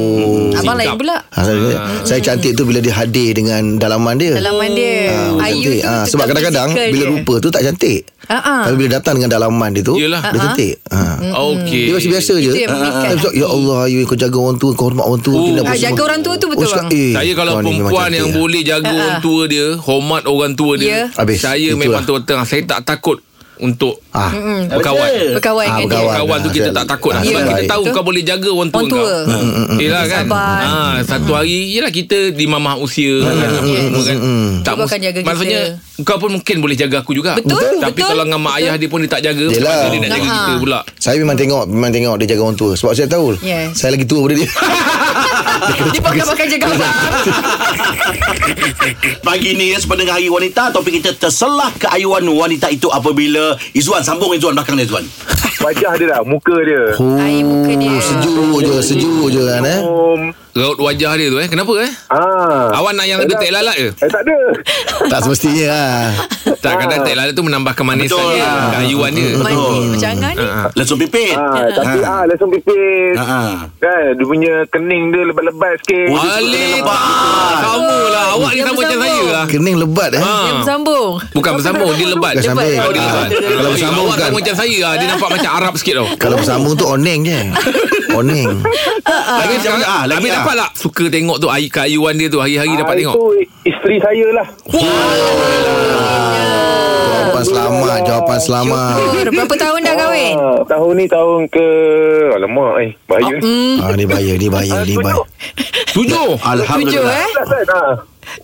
[SPEAKER 2] Abang lain
[SPEAKER 4] sikap.
[SPEAKER 2] pula
[SPEAKER 3] Ah, saya, saya cantik tu bila dia hadir dengan dalaman dia.
[SPEAKER 2] Dalaman dia
[SPEAKER 3] Ah,
[SPEAKER 2] Ayu
[SPEAKER 3] cantik.
[SPEAKER 2] tu
[SPEAKER 3] Ah,
[SPEAKER 2] tetap
[SPEAKER 3] sebab kadang-kadang
[SPEAKER 2] fizikal
[SPEAKER 3] bila
[SPEAKER 2] dia.
[SPEAKER 3] rupa tu tak cantik.
[SPEAKER 2] Ah, ah.
[SPEAKER 3] Tapi bila datang dengan dalaman dia tu,
[SPEAKER 4] Yelah.
[SPEAKER 3] dia cantik. Ah.
[SPEAKER 4] Okey.
[SPEAKER 3] Dia masih biasa je.
[SPEAKER 2] Eh, Itu yang memikat.
[SPEAKER 3] Dia cakap, ya Allah, Ayu kau jaga orang tua, kau hormat orang tua.
[SPEAKER 4] Oh.
[SPEAKER 3] Kena apa
[SPEAKER 4] Ah,
[SPEAKER 3] semua.
[SPEAKER 2] jaga orang tua tu betul,
[SPEAKER 3] cakap,
[SPEAKER 2] bang.
[SPEAKER 3] eh,
[SPEAKER 4] Saya kalau
[SPEAKER 3] kau ni memang
[SPEAKER 4] perempuan
[SPEAKER 3] cantik
[SPEAKER 4] yang
[SPEAKER 3] lah.
[SPEAKER 4] boleh jaga orang tua dia, hormat orang tua dia.
[SPEAKER 2] Ya.
[SPEAKER 3] Habis,
[SPEAKER 4] Saya
[SPEAKER 3] itulah.
[SPEAKER 4] memang tua tengah. Saya tak takut untuk
[SPEAKER 3] Ah.
[SPEAKER 4] berkawan.
[SPEAKER 2] Berkawan
[SPEAKER 3] Ah,
[SPEAKER 2] dengan dia
[SPEAKER 3] berkawan.
[SPEAKER 4] Kawan tu kita
[SPEAKER 3] Ah,
[SPEAKER 4] tak takut lah.
[SPEAKER 3] ah,
[SPEAKER 4] Sebab
[SPEAKER 3] baik.
[SPEAKER 4] kita tahu
[SPEAKER 2] Betul.
[SPEAKER 4] kau boleh jaga orang tua
[SPEAKER 2] Orang tua.
[SPEAKER 4] kau. Yelah kan
[SPEAKER 2] Sabar. Mm.
[SPEAKER 4] ha, Satu hari Yelah kita di mamah usia kan, apa
[SPEAKER 2] Yes.
[SPEAKER 4] semua kan. Tak
[SPEAKER 2] Dia akan
[SPEAKER 4] mus-
[SPEAKER 2] jaga kita.
[SPEAKER 4] Maksudnya Kau pun mungkin boleh jaga aku juga
[SPEAKER 2] Betul, Betul.
[SPEAKER 4] Tapi
[SPEAKER 2] betul.
[SPEAKER 4] kalau dengan mak ayah dia pun Dia tak jaga macam
[SPEAKER 3] Yelah.
[SPEAKER 4] mana Dia nak jaga
[SPEAKER 2] Nah.
[SPEAKER 4] kita pula
[SPEAKER 3] Saya memang tengok Memang tengok dia jaga orang tua Sebab saya tahu
[SPEAKER 2] Yes.
[SPEAKER 3] Saya lagi tua daripada dia
[SPEAKER 2] Dia pakai-pakai jaga abang
[SPEAKER 1] Pagi ni ya, sepanjang hari wanita Topik kita terselah keayuan wanita itu apabila Izzuan sambung Izzuan belakang dia Izzuan
[SPEAKER 7] Wajah dia lah Muka dia
[SPEAKER 2] Air muka dia
[SPEAKER 3] Sejuk je Sejuk je kan eh
[SPEAKER 7] um,
[SPEAKER 4] Raut wajah dia tu eh Kenapa eh
[SPEAKER 7] ah.
[SPEAKER 4] Awak nak yang ada tek lalat ke?
[SPEAKER 7] Eh tak ada
[SPEAKER 3] Tak semestinya lah
[SPEAKER 4] Tak kadang tek lalat tu menambah kemanisan
[SPEAKER 1] Betul.
[SPEAKER 4] dia Kayuan dia
[SPEAKER 2] Manis macam Angah ni
[SPEAKER 1] Lesung pipit
[SPEAKER 7] ah, Tapi ah, Lesung pipis
[SPEAKER 1] Ha, ha.
[SPEAKER 7] Kan Dia punya kening dia Lebat-lebat sikit
[SPEAKER 1] Oh,
[SPEAKER 4] Alih Sama lah Awak ni
[SPEAKER 2] Yang
[SPEAKER 4] sama macam saya
[SPEAKER 2] bersambung.
[SPEAKER 4] lah
[SPEAKER 3] Kening lebat eh
[SPEAKER 4] Ah.
[SPEAKER 2] Yang bersambung
[SPEAKER 4] Bukan bersambung Dia lebat
[SPEAKER 3] Bukan sambung.
[SPEAKER 4] Oh dia
[SPEAKER 3] Ah, betul,
[SPEAKER 4] lebat
[SPEAKER 3] betul. Kalau
[SPEAKER 4] Kalau bersambung
[SPEAKER 3] bersambung
[SPEAKER 4] Awak tak
[SPEAKER 3] kan.
[SPEAKER 4] macam saya lah. Dia nampak macam Arab sikit tau
[SPEAKER 3] Kalau bersambung tu oneng je Oneng
[SPEAKER 4] Eh, Lagi
[SPEAKER 1] Lagi
[SPEAKER 4] sekarang
[SPEAKER 1] ah,
[SPEAKER 4] Habis
[SPEAKER 1] lagi
[SPEAKER 4] dapat lah.
[SPEAKER 1] dapat
[SPEAKER 4] tak Suka tengok tu air kayuan dia tu Hari-hari dapat
[SPEAKER 7] Ah,
[SPEAKER 4] tengok
[SPEAKER 7] Itu isteri saya lah
[SPEAKER 3] Jawapan selamat Jawapan selamat
[SPEAKER 2] Syukur. Oh, Berapa tahun dah kahwin?
[SPEAKER 7] ah, Tahun ni tahun ke Alamak eh Bahaya ni
[SPEAKER 2] Mm.
[SPEAKER 3] ah, Ni bahaya Ni bahaya Ni bahaya
[SPEAKER 4] Tujuh
[SPEAKER 1] Ah.
[SPEAKER 2] Tujuh
[SPEAKER 1] Alhamdulillah
[SPEAKER 2] eh
[SPEAKER 7] Kan, ah.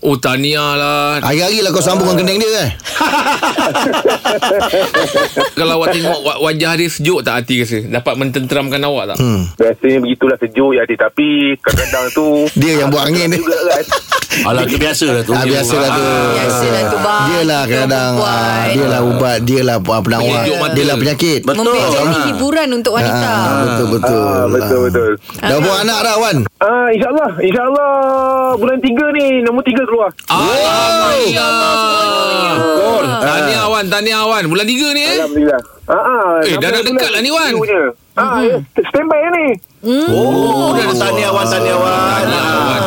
[SPEAKER 4] Oh tahniah lah
[SPEAKER 3] Hari-hari lah kau sambung dengan kening dia eh
[SPEAKER 4] Kalau awak tengok wa- Wajah dia sejuk tak hati rasa Dapat mententeramkan awak tak
[SPEAKER 3] hmm.
[SPEAKER 7] Biasanya begitulah sejuk ya adik Tapi kadang-kadang tu
[SPEAKER 3] Dia yang buat angin dia
[SPEAKER 7] juga kan
[SPEAKER 1] Alah tu biasa lah tu
[SPEAKER 3] Ah, biasalah tu
[SPEAKER 2] Biasalah tu, bang.
[SPEAKER 3] Dialah
[SPEAKER 2] Kita
[SPEAKER 3] kadang ah,
[SPEAKER 2] perempuan.
[SPEAKER 3] Dialah ubat Dialah ah, penawar
[SPEAKER 4] Penyejuk mata.
[SPEAKER 3] Dialah penyakit
[SPEAKER 1] Betul.
[SPEAKER 2] Membeja ni
[SPEAKER 1] Ah.
[SPEAKER 2] hiburan untuk wanita
[SPEAKER 3] Ah, Betul-betul
[SPEAKER 7] ah, Betul-betul
[SPEAKER 3] Dah buat anak dah Wan
[SPEAKER 7] ah, InsyaAllah InsyaAllah Bulan 3 ni Nombor 3 keluar
[SPEAKER 4] Ah, Alhamdulillah Tahniah Wan Tahniah Wan Bulan tiga ni eh
[SPEAKER 7] Alhamdulillah ah, ah,
[SPEAKER 4] Eh, dah- dah
[SPEAKER 7] bulan
[SPEAKER 4] dekat lah ni, Wan. Mhm. Hmm.
[SPEAKER 7] punya. Ah, ya. stand by ni
[SPEAKER 1] Oh, dah ada tahniah Wan, tahniah Wan.
[SPEAKER 4] Tahniah Wan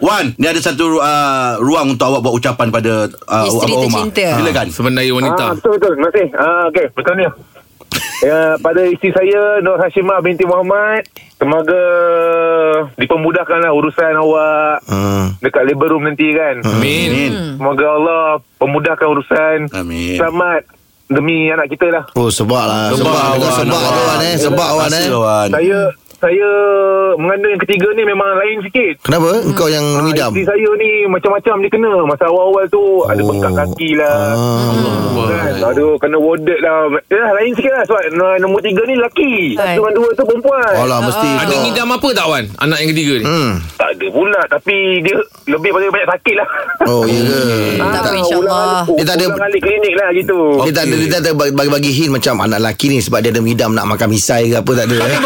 [SPEAKER 1] Wan, ni ada satu uh, ruang untuk awak buat ucapan pada uh,
[SPEAKER 2] Isteri
[SPEAKER 1] abang Omar.
[SPEAKER 2] tercinta.
[SPEAKER 1] Silakan.
[SPEAKER 4] Sebenarnya wanita
[SPEAKER 7] Ah, betul betul. Terima kasih. Ah okey, betul ni. Ya, pada isteri saya Nur Hashimah binti Muhammad Semoga Dipermudahkanlah urusan awak
[SPEAKER 3] hmm.
[SPEAKER 7] Dekat labor room nanti kan
[SPEAKER 4] Amin
[SPEAKER 1] Amin.
[SPEAKER 7] Semoga Allah Pemudahkan urusan
[SPEAKER 1] Amin.
[SPEAKER 7] Selamat Demi anak kita lah
[SPEAKER 3] Oh sebab lah
[SPEAKER 1] Sebab,
[SPEAKER 3] Sebab Sebab,
[SPEAKER 1] Wan,
[SPEAKER 3] sebab
[SPEAKER 1] Wan.
[SPEAKER 3] tu Wan eh Sebab Wan eh
[SPEAKER 1] Terima kasih, lah, Wan.
[SPEAKER 7] Saya Saya Mengandung yang ketiga ni Memang lain sikit
[SPEAKER 3] Kenapa? Engkau yang ngidam
[SPEAKER 7] Ah, Isteri saya ni Macam-macam dia kena Masa awal-awal tu oh. Ada bengkak kaki lah
[SPEAKER 3] Ah.
[SPEAKER 7] Kan? Aduh kena warded lah Yalah lain sikit lah Sebab no- nombor tiga ni lelaki
[SPEAKER 2] Hai.
[SPEAKER 7] Satu dengan dua tu perempuan
[SPEAKER 3] Alah mesti
[SPEAKER 4] Ada
[SPEAKER 3] kau
[SPEAKER 4] ngidam apa tak Wan Anak yang ketiga ni
[SPEAKER 3] Hmm.
[SPEAKER 7] Tak ada pula Tapi dia Lebih banyak, banyak sakit lah
[SPEAKER 3] Oh ya ke
[SPEAKER 2] Tak apa,
[SPEAKER 7] Ah,
[SPEAKER 2] insyaAllah.
[SPEAKER 7] ulang-
[SPEAKER 3] Dia Eh, tak ada-
[SPEAKER 7] Ulang kali klinik lah gitu
[SPEAKER 3] Dia tak Oh, ada Dia tak ada bagi-bagi hint Macam anak lelaki ni Sebab dia ada ngidam Nak makan misai ke apa Tak ada eh.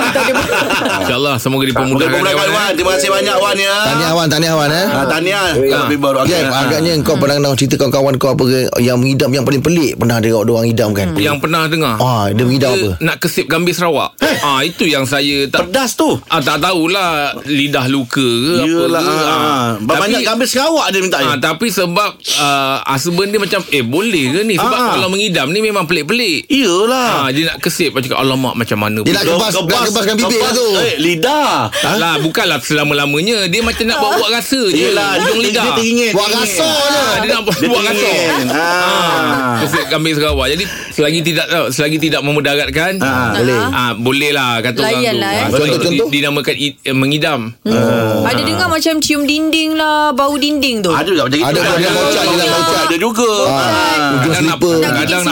[SPEAKER 4] InsyaAllah semoga dipermudahkan.
[SPEAKER 1] Mungkin pemudahkan Wan. Terima kasih banyak Wan ya.
[SPEAKER 3] Tahniah Wan, tahniah Wan eh.
[SPEAKER 1] Ah, tahniah. Tapi baru ha.
[SPEAKER 3] Okay,
[SPEAKER 1] akan-
[SPEAKER 3] Kan, agaknya kau pernah dengar cerita kawan-kawan kau apa ke, yang mengidam yang paling pelik pernah ada orang idam kan?
[SPEAKER 4] Yang pernah dengar.
[SPEAKER 3] Ah, dia mengidam
[SPEAKER 4] Dia
[SPEAKER 3] apa?
[SPEAKER 4] nak kesip gambir Sarawak.
[SPEAKER 1] Eh?
[SPEAKER 4] Ah itu yang saya tak
[SPEAKER 1] Pedas tu.
[SPEAKER 4] Ah, tak tahulah lidah luka ke
[SPEAKER 1] Yelah.
[SPEAKER 4] apa ke.
[SPEAKER 1] ah. Banyak ambil Sarawak dia minta. ya.
[SPEAKER 4] Ah, tapi sebab uh, husband dia macam eh boleh ke ni sebab
[SPEAKER 1] Ah. Ya.
[SPEAKER 4] kalau mengidam ni memang pelik-pelik.
[SPEAKER 1] Iyalah.
[SPEAKER 4] Ah, dia nak kesip Dia cakap Alamak macam mana
[SPEAKER 3] Dia nak
[SPEAKER 4] pula?"
[SPEAKER 3] kebas, nak kebaskan bibir lah tu.
[SPEAKER 1] Eh, lidah.
[SPEAKER 4] Lah bukanlah selama-lamanya Dia macam nak buat-buat rasa je
[SPEAKER 1] Yelah,
[SPEAKER 4] Hujung
[SPEAKER 1] dia-
[SPEAKER 4] lidah
[SPEAKER 1] Dia teringin.
[SPEAKER 3] Buat
[SPEAKER 1] teringin.
[SPEAKER 3] rasa je.
[SPEAKER 4] Ah, Dia nak buat,
[SPEAKER 1] Dia
[SPEAKER 4] buat rasa
[SPEAKER 1] teringin. Ah.
[SPEAKER 4] Ah. Kesip kambing Sarawak Jadi selagi tidak eh, selagi tidak memudaratkan
[SPEAKER 1] Ah,
[SPEAKER 3] boleh.
[SPEAKER 4] ah, Boleh lah kata
[SPEAKER 2] Layan
[SPEAKER 4] orang tu
[SPEAKER 2] lah, eh.
[SPEAKER 4] Ah, sebab itu
[SPEAKER 3] Contoh-contoh?
[SPEAKER 4] di- Dinamakan i- eh, mengidam
[SPEAKER 2] Hmm. Ada dengar macam cium dinding lah, bau dinding tu.
[SPEAKER 1] Ada juga Ah, macam
[SPEAKER 3] Ada
[SPEAKER 1] gitu.
[SPEAKER 3] pun dia bocah, dia nak bocah.
[SPEAKER 1] Ada juga. Ah.
[SPEAKER 3] Ujung
[SPEAKER 4] Kadang, nak,
[SPEAKER 3] slipper.
[SPEAKER 4] kadang
[SPEAKER 2] Nak
[SPEAKER 4] nak ada
[SPEAKER 2] gigit
[SPEAKER 4] yang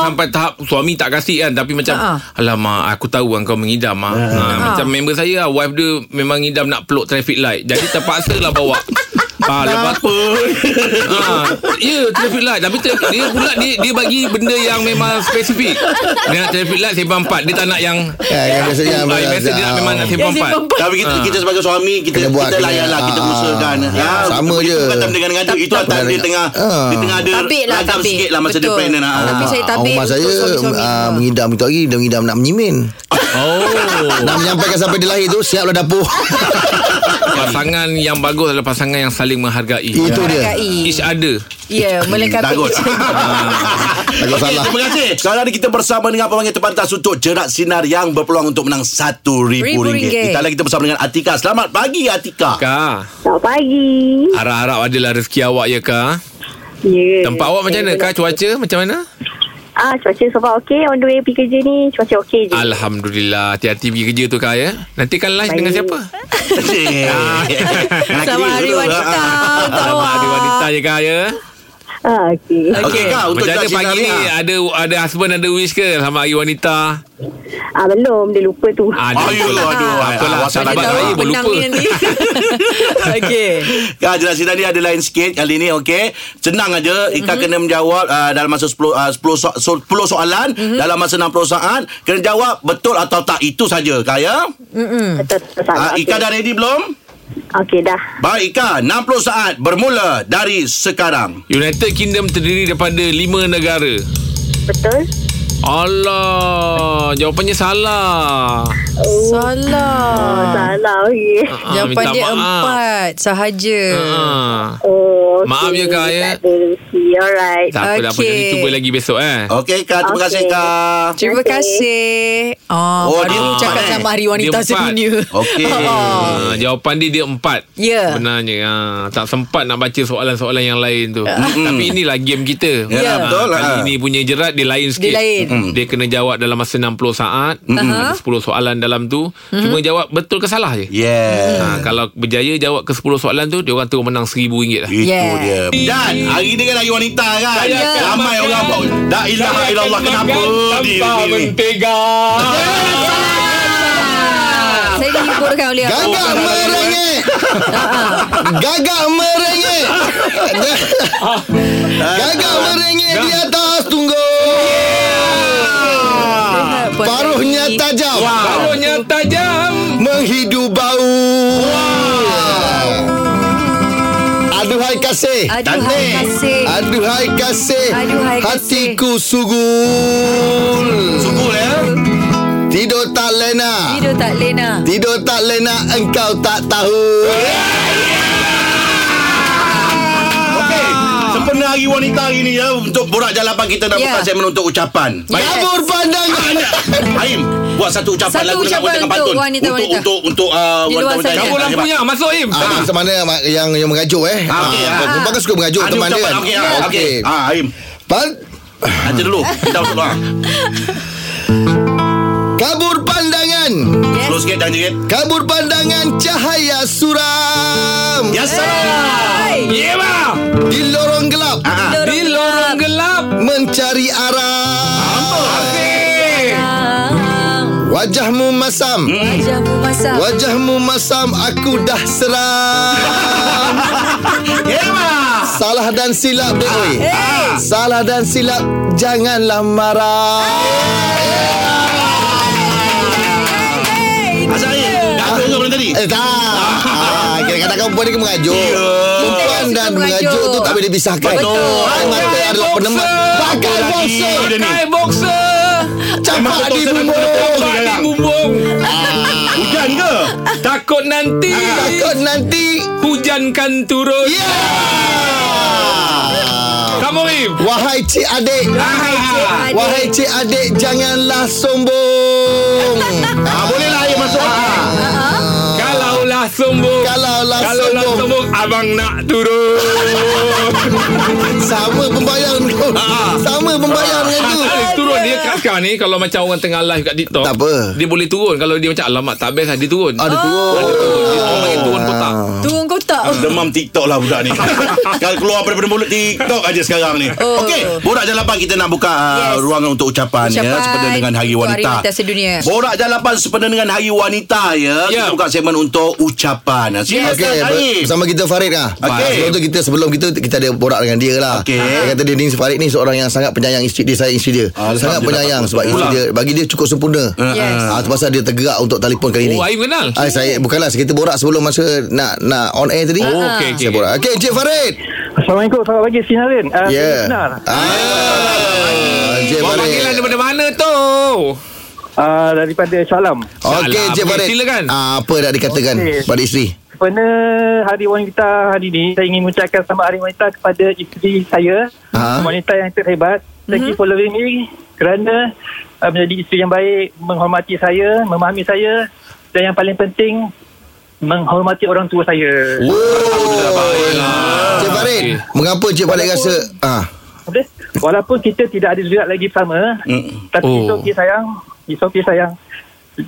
[SPEAKER 2] slipper.
[SPEAKER 4] sampai tahap Suami tak kasih kan Tapi macam
[SPEAKER 2] Ah.
[SPEAKER 4] Alamak aku tahu kan kau mengidam ah. Ah, Macam member saya lah Wife dia memang ngidam Nak peluk traffic light Jadi terpaksa lah bawa Ah, lepas
[SPEAKER 1] Apa?
[SPEAKER 4] Ah, ya traffic light Tapi traffic, dia pula dia, dia bagi benda yang memang spesifik Dia nak traffic light sembang empat Dia tak nak yang
[SPEAKER 3] Ya, yang biasanya
[SPEAKER 4] Ah, yang biasa dia nak memang nak sembang
[SPEAKER 2] Yang
[SPEAKER 4] empat
[SPEAKER 2] sembang empat.
[SPEAKER 1] Tapi kita, kita sebagai suami Kita
[SPEAKER 3] Kena buat,
[SPEAKER 1] kita
[SPEAKER 3] kena-
[SPEAKER 1] layan lah Kita
[SPEAKER 3] ah,
[SPEAKER 1] usahakan
[SPEAKER 3] ah.
[SPEAKER 1] Ya,
[SPEAKER 3] Sama
[SPEAKER 1] itu-
[SPEAKER 3] je.
[SPEAKER 1] Itu bukan time dengan ngada Itu
[SPEAKER 3] Tapi-
[SPEAKER 1] time dia
[SPEAKER 3] tapi-
[SPEAKER 1] tengah
[SPEAKER 3] ah.
[SPEAKER 1] Dia tengah ada
[SPEAKER 2] Tabik lah,
[SPEAKER 1] Ragam
[SPEAKER 2] tabik.
[SPEAKER 1] sikit lah Masa dia
[SPEAKER 2] Betul.
[SPEAKER 1] pregnant ah.
[SPEAKER 2] Tapi saya
[SPEAKER 3] Ah,
[SPEAKER 2] tabik
[SPEAKER 3] rumah
[SPEAKER 2] untuk
[SPEAKER 3] saya
[SPEAKER 2] suami-suami
[SPEAKER 3] ah,
[SPEAKER 2] semua.
[SPEAKER 3] mengidam itu hari Dia mengidam nak menyimin
[SPEAKER 4] Oh
[SPEAKER 3] Nak menyampaikan sampai dia lahir tu Siaplah dapur
[SPEAKER 4] Pasangan yang bagus adalah pasangan yang saling menghargai
[SPEAKER 3] Itu dia
[SPEAKER 2] Hargai.
[SPEAKER 4] Each other
[SPEAKER 2] Ya, melengkapi.
[SPEAKER 1] Takut
[SPEAKER 3] Takut
[SPEAKER 1] Okey,
[SPEAKER 3] salah.
[SPEAKER 1] terima kasih Sekarang ni kita bersama dengan Pemanggil terpantas Untuk jerat sinar yang berpeluang Untuk menang
[SPEAKER 2] Ribu ringgit.
[SPEAKER 1] RM1,000 Kita lagi kita bersama dengan Atika Selamat pagi Atika
[SPEAKER 4] Kak
[SPEAKER 8] Selamat pagi.
[SPEAKER 4] Harap-harap adalah rezeki awak ya Kak
[SPEAKER 8] Ya.
[SPEAKER 4] Tempat awak macam mana Kak cuaca macam mana
[SPEAKER 8] Ah, cuaca so far okey. On the way pergi kerja ni, cuaca okey je.
[SPEAKER 4] Alhamdulillah Hati-hati pergi kerja tu Kak ya Nanti kan lunch
[SPEAKER 8] Baik.
[SPEAKER 4] dengan siapa
[SPEAKER 2] Selamat Hari Wanita
[SPEAKER 1] Ah.
[SPEAKER 2] untuk
[SPEAKER 4] Alamak
[SPEAKER 2] awak.
[SPEAKER 4] ada wanita je Kak ya
[SPEAKER 8] Ah, okey.
[SPEAKER 1] Okey Kak untuk jerat
[SPEAKER 4] Macam
[SPEAKER 1] sinar
[SPEAKER 4] mana pagi
[SPEAKER 1] ni
[SPEAKER 4] ni
[SPEAKER 1] ah.
[SPEAKER 4] Ada ada husband ada wish ke Selamat hari wanita
[SPEAKER 8] Ah,
[SPEAKER 4] Ah,
[SPEAKER 8] belum. Dia lupa tu.
[SPEAKER 4] Ada
[SPEAKER 1] Aduh, Uh, lah,
[SPEAKER 4] lah.
[SPEAKER 1] aduh. lah.
[SPEAKER 4] Apalah
[SPEAKER 1] Awak
[SPEAKER 4] sahabat
[SPEAKER 1] tak
[SPEAKER 2] Ada
[SPEAKER 4] saya
[SPEAKER 2] tahu
[SPEAKER 4] pun
[SPEAKER 2] menang
[SPEAKER 4] lupa
[SPEAKER 2] ni nanti. Okey.
[SPEAKER 1] Kak jelas sinar ni ada lain sikit Kali ni okey Senang aja
[SPEAKER 2] Mhm.
[SPEAKER 1] Ika kena menjawab uh, Dalam masa 10, uh, 10, so- so, 10 soalan
[SPEAKER 2] Mhm.
[SPEAKER 1] Dalam masa 60 saat Kena jawab Betul atau tak Itu saja Kak ya
[SPEAKER 3] Hmm.
[SPEAKER 8] Betul, betul, salah.
[SPEAKER 1] Ah, Ika dah ready belum?
[SPEAKER 3] Ah.
[SPEAKER 8] Okey, dah.
[SPEAKER 1] Baik Ika 60 saat Bermula dari sekarang
[SPEAKER 4] United Kingdom terdiri daripada lima negara
[SPEAKER 8] Betul.
[SPEAKER 4] Allah Jawapannya salah
[SPEAKER 8] Oh,
[SPEAKER 2] Salah.
[SPEAKER 8] salah. Okey.
[SPEAKER 4] Ah,
[SPEAKER 2] Jawapan
[SPEAKER 4] minta
[SPEAKER 2] dia
[SPEAKER 4] maaf.
[SPEAKER 2] empat sahaja.
[SPEAKER 4] Ah.
[SPEAKER 8] Oh,
[SPEAKER 4] Maaf
[SPEAKER 8] okey.
[SPEAKER 4] ya, Kak, ya.
[SPEAKER 8] Tak ada rezeki. Alright.
[SPEAKER 4] Tak apa, okay. tak apa.
[SPEAKER 2] Okey.
[SPEAKER 4] Jadi cuba lagi besok eh.
[SPEAKER 1] Okey Ika Terima
[SPEAKER 8] Okey.
[SPEAKER 1] kasih Ika
[SPEAKER 2] Terima kasih. Ah,
[SPEAKER 1] Oh,
[SPEAKER 2] oh,
[SPEAKER 1] dia
[SPEAKER 2] baru
[SPEAKER 1] empat,
[SPEAKER 2] cakap
[SPEAKER 1] eh?
[SPEAKER 2] sama Hari Wanita
[SPEAKER 4] Dia empat.
[SPEAKER 2] Sedunia.
[SPEAKER 1] Okey
[SPEAKER 2] Ah.
[SPEAKER 4] Ah, jawapan dia dia empat
[SPEAKER 2] Ya.
[SPEAKER 4] Sebenarnya ha, Tak sempat nak baca soalan-soalan yang lain tu Tapi inilah game
[SPEAKER 1] Hmm.
[SPEAKER 4] kita
[SPEAKER 1] Ya,
[SPEAKER 4] Ah,
[SPEAKER 1] betul lah. Hmm.
[SPEAKER 4] Kali ini punya jerat dia lain
[SPEAKER 2] Dia
[SPEAKER 4] sikit
[SPEAKER 2] lain. Ha?
[SPEAKER 4] Dia kena jawab dalam masa 60 saat Ada 10 soalan dalam tu Cuma jawab betul ke salah
[SPEAKER 1] Ya.
[SPEAKER 4] je
[SPEAKER 1] Yeah
[SPEAKER 4] ha, Kalau berjaya jawab ke 10 soalan tu Dia orang terus menang RM1,000 lah
[SPEAKER 1] Itu
[SPEAKER 2] Yeah.
[SPEAKER 1] dia Dan hari ni kan hari wanita kan
[SPEAKER 4] Saya akan
[SPEAKER 1] Ramai
[SPEAKER 4] makan.
[SPEAKER 1] orang buat La ilaha illallah Kenapa dia ni
[SPEAKER 4] mentega
[SPEAKER 2] Saya dihiburkan oleh aku.
[SPEAKER 3] Gagak merengek Gagak merengek Gagak merengek di atas tunggu
[SPEAKER 2] Puan
[SPEAKER 3] Paruhnya
[SPEAKER 2] Tati.
[SPEAKER 3] tajam
[SPEAKER 4] Barunya tajam
[SPEAKER 3] Menghidu bau Aduhai kasih
[SPEAKER 2] Aduhai kasih.
[SPEAKER 3] Aduhai kasih
[SPEAKER 2] Aduhai kasih.
[SPEAKER 3] Hatiku sugul
[SPEAKER 1] Sungguh ya
[SPEAKER 3] Tidur tak lena
[SPEAKER 2] Tidur tak Lena.
[SPEAKER 3] Tidur tak lena engkau tak tahu
[SPEAKER 1] Okey, sempena hari wanita hari ni ya untuk borak jalapan kita nak
[SPEAKER 2] Ah. Ya.
[SPEAKER 1] buka segmen untuk ucapan. Baik.
[SPEAKER 3] Kabur pandangan
[SPEAKER 1] Haim, buat satu ucapan
[SPEAKER 2] Satu
[SPEAKER 1] lagu
[SPEAKER 2] ucapan
[SPEAKER 1] dengan
[SPEAKER 2] untuk
[SPEAKER 1] pantun.
[SPEAKER 2] wanita-
[SPEAKER 1] untuk,
[SPEAKER 2] wanita.
[SPEAKER 1] untuk untuk uh,
[SPEAKER 2] Di luar
[SPEAKER 1] wanita-wanita.
[SPEAKER 2] sana.
[SPEAKER 4] Kabur
[SPEAKER 2] Kabur
[SPEAKER 4] lampunya Masuk Im
[SPEAKER 3] Ah, macam mana ma- yang yang mengajuk eh?
[SPEAKER 1] Ah, okey, ah.
[SPEAKER 3] Sebab kan suka mengajuk
[SPEAKER 1] Ada
[SPEAKER 3] teman dia.
[SPEAKER 1] ucapan
[SPEAKER 3] kan?
[SPEAKER 1] okey.
[SPEAKER 2] Oh,
[SPEAKER 1] ah, Okey.
[SPEAKER 3] Okey.
[SPEAKER 1] Ah, Haim.
[SPEAKER 3] Pan-
[SPEAKER 1] Nanti dulu. ah. Kita masuk luar.
[SPEAKER 3] kabur pandangan.
[SPEAKER 1] Slow sikit dan sikit.
[SPEAKER 3] Kabur pandangan cahaya suram.
[SPEAKER 1] Yes. sir.
[SPEAKER 4] Yeah bang
[SPEAKER 3] Di lorong gelap
[SPEAKER 1] Ah,
[SPEAKER 4] Di lorong gelap
[SPEAKER 3] mencari arah. Wajahmu masam.
[SPEAKER 2] Hmm. Wajahmu masak.
[SPEAKER 3] Wajahmu masam aku dah seram. Salah dan silap dia oi. Salah dan silap janganlah marah.
[SPEAKER 1] Azrael. tadi?
[SPEAKER 3] Eh tak ah, Kadang-kadang perempuan ni mengajuk
[SPEAKER 2] Eh. Suka
[SPEAKER 3] Perempuan dan
[SPEAKER 2] mengajuk.
[SPEAKER 3] mengajuk tu tak boleh dipisahkan
[SPEAKER 1] Betul.
[SPEAKER 3] Air mata adalah penemat Pakai
[SPEAKER 1] Bola lagi.
[SPEAKER 3] boxer
[SPEAKER 1] Dia ni. Oh,
[SPEAKER 4] Pakai boxer
[SPEAKER 3] Campak
[SPEAKER 1] Memang
[SPEAKER 3] di
[SPEAKER 1] betul,
[SPEAKER 3] bumbung
[SPEAKER 1] memang betul.
[SPEAKER 4] Cepat di bumbung
[SPEAKER 1] Hujan ke?
[SPEAKER 4] Takut nanti
[SPEAKER 3] Takut nanti
[SPEAKER 4] Hujan kan turun
[SPEAKER 3] Ya
[SPEAKER 4] Kamu Im
[SPEAKER 3] Wahai cik adik Wahai cik adik Janganlah sombong
[SPEAKER 1] Ah, bolehlah air masuk. Ah.
[SPEAKER 4] Kalaulah sombong
[SPEAKER 3] Kalaulah
[SPEAKER 4] Kalaulah
[SPEAKER 3] sombong.
[SPEAKER 4] sombong Abang nak turun
[SPEAKER 3] Sama pembayang tu
[SPEAKER 4] Ah,
[SPEAKER 3] Sama pembayang dengan tu
[SPEAKER 4] Tak boleh turun dia kat sekarang ni Kalau macam orang tengah live kat TikTok
[SPEAKER 3] Tak apa. Oh,
[SPEAKER 4] Dia boleh turun Kalau dia macam Alamak tak best lah Dia turun
[SPEAKER 3] Ada turun
[SPEAKER 4] Dia turun Dia orang panggil turun kotak
[SPEAKER 2] Turun kotak
[SPEAKER 1] Demam TikTok lah budak ni Kalau keluar daripada mulut TikTok aja sekarang ni
[SPEAKER 2] Oh.
[SPEAKER 1] Okey Borak Jalan 8 kita nak buka yes.
[SPEAKER 2] Yes.
[SPEAKER 1] ruangan untuk ucapan, ya
[SPEAKER 2] Ucapan
[SPEAKER 1] Sepenuh dengan Hari
[SPEAKER 2] untuk
[SPEAKER 1] Wanita
[SPEAKER 2] Hari Wanita Sedunia.
[SPEAKER 1] Borak Jalan 8 sepenuh dengan Hari Wanita ya
[SPEAKER 4] Ya.
[SPEAKER 1] Kita buka segmen untuk ucapan Silakan
[SPEAKER 3] Okey,
[SPEAKER 1] okay,
[SPEAKER 3] ber- bersama kita Farid lah.
[SPEAKER 1] Okey.
[SPEAKER 3] Sebelum tu kita sebelum kita kita ada borak dengan dia lah.
[SPEAKER 1] Okey.
[SPEAKER 3] Dia kata dia ni Farid ni seorang yang sangat penyayang isteri dia, saya isteri dia.
[SPEAKER 1] Alhamdulillah.
[SPEAKER 3] sangat penyayang sebab isteri dia bagi dia cukup sempurna.
[SPEAKER 2] Yes.
[SPEAKER 3] Ah, tu pasal dia tergerak untuk telefon kali ni.
[SPEAKER 4] Oh Aim kenal
[SPEAKER 3] Ah, saya bukanlah kita borak sebelum masa nak nak on air tadi. Ah.
[SPEAKER 4] Oh, okey, okey.
[SPEAKER 3] Saya borak. Okey, Encik Farid.
[SPEAKER 9] Assalamualaikum Selamat pagi Sinarin uh,
[SPEAKER 3] Ya.
[SPEAKER 9] Benar
[SPEAKER 3] Ah, Encik
[SPEAKER 4] Kau panggilan
[SPEAKER 3] Farid.
[SPEAKER 4] daripada mana tu
[SPEAKER 9] uh, Daripada Salam
[SPEAKER 3] Okey, Encik
[SPEAKER 4] Salam.
[SPEAKER 3] Farid.
[SPEAKER 4] Silakan.
[SPEAKER 3] Ah, apa nak dikatakan
[SPEAKER 9] Okey.
[SPEAKER 3] pada isteri?
[SPEAKER 9] Sempena Hari Wanita hari ini Saya ingin mengucapkan selamat Hari Wanita kepada isteri saya
[SPEAKER 3] Ha?
[SPEAKER 9] Wanita yang terhebat Thank you for loving me Kerana uh, menjadi isteri yang baik Menghormati saya Memahami saya Dan yang paling penting Menghormati orang tua saya
[SPEAKER 3] Encik Farid,
[SPEAKER 4] lah. Okey.
[SPEAKER 3] mengapa Encik Farid rasa ah
[SPEAKER 9] Boleh? Walaupun kita tidak ada zuriat lagi bersama
[SPEAKER 1] Mm.
[SPEAKER 9] Tapi
[SPEAKER 4] Oh.
[SPEAKER 9] oh. it's okay sayang It's okay sayang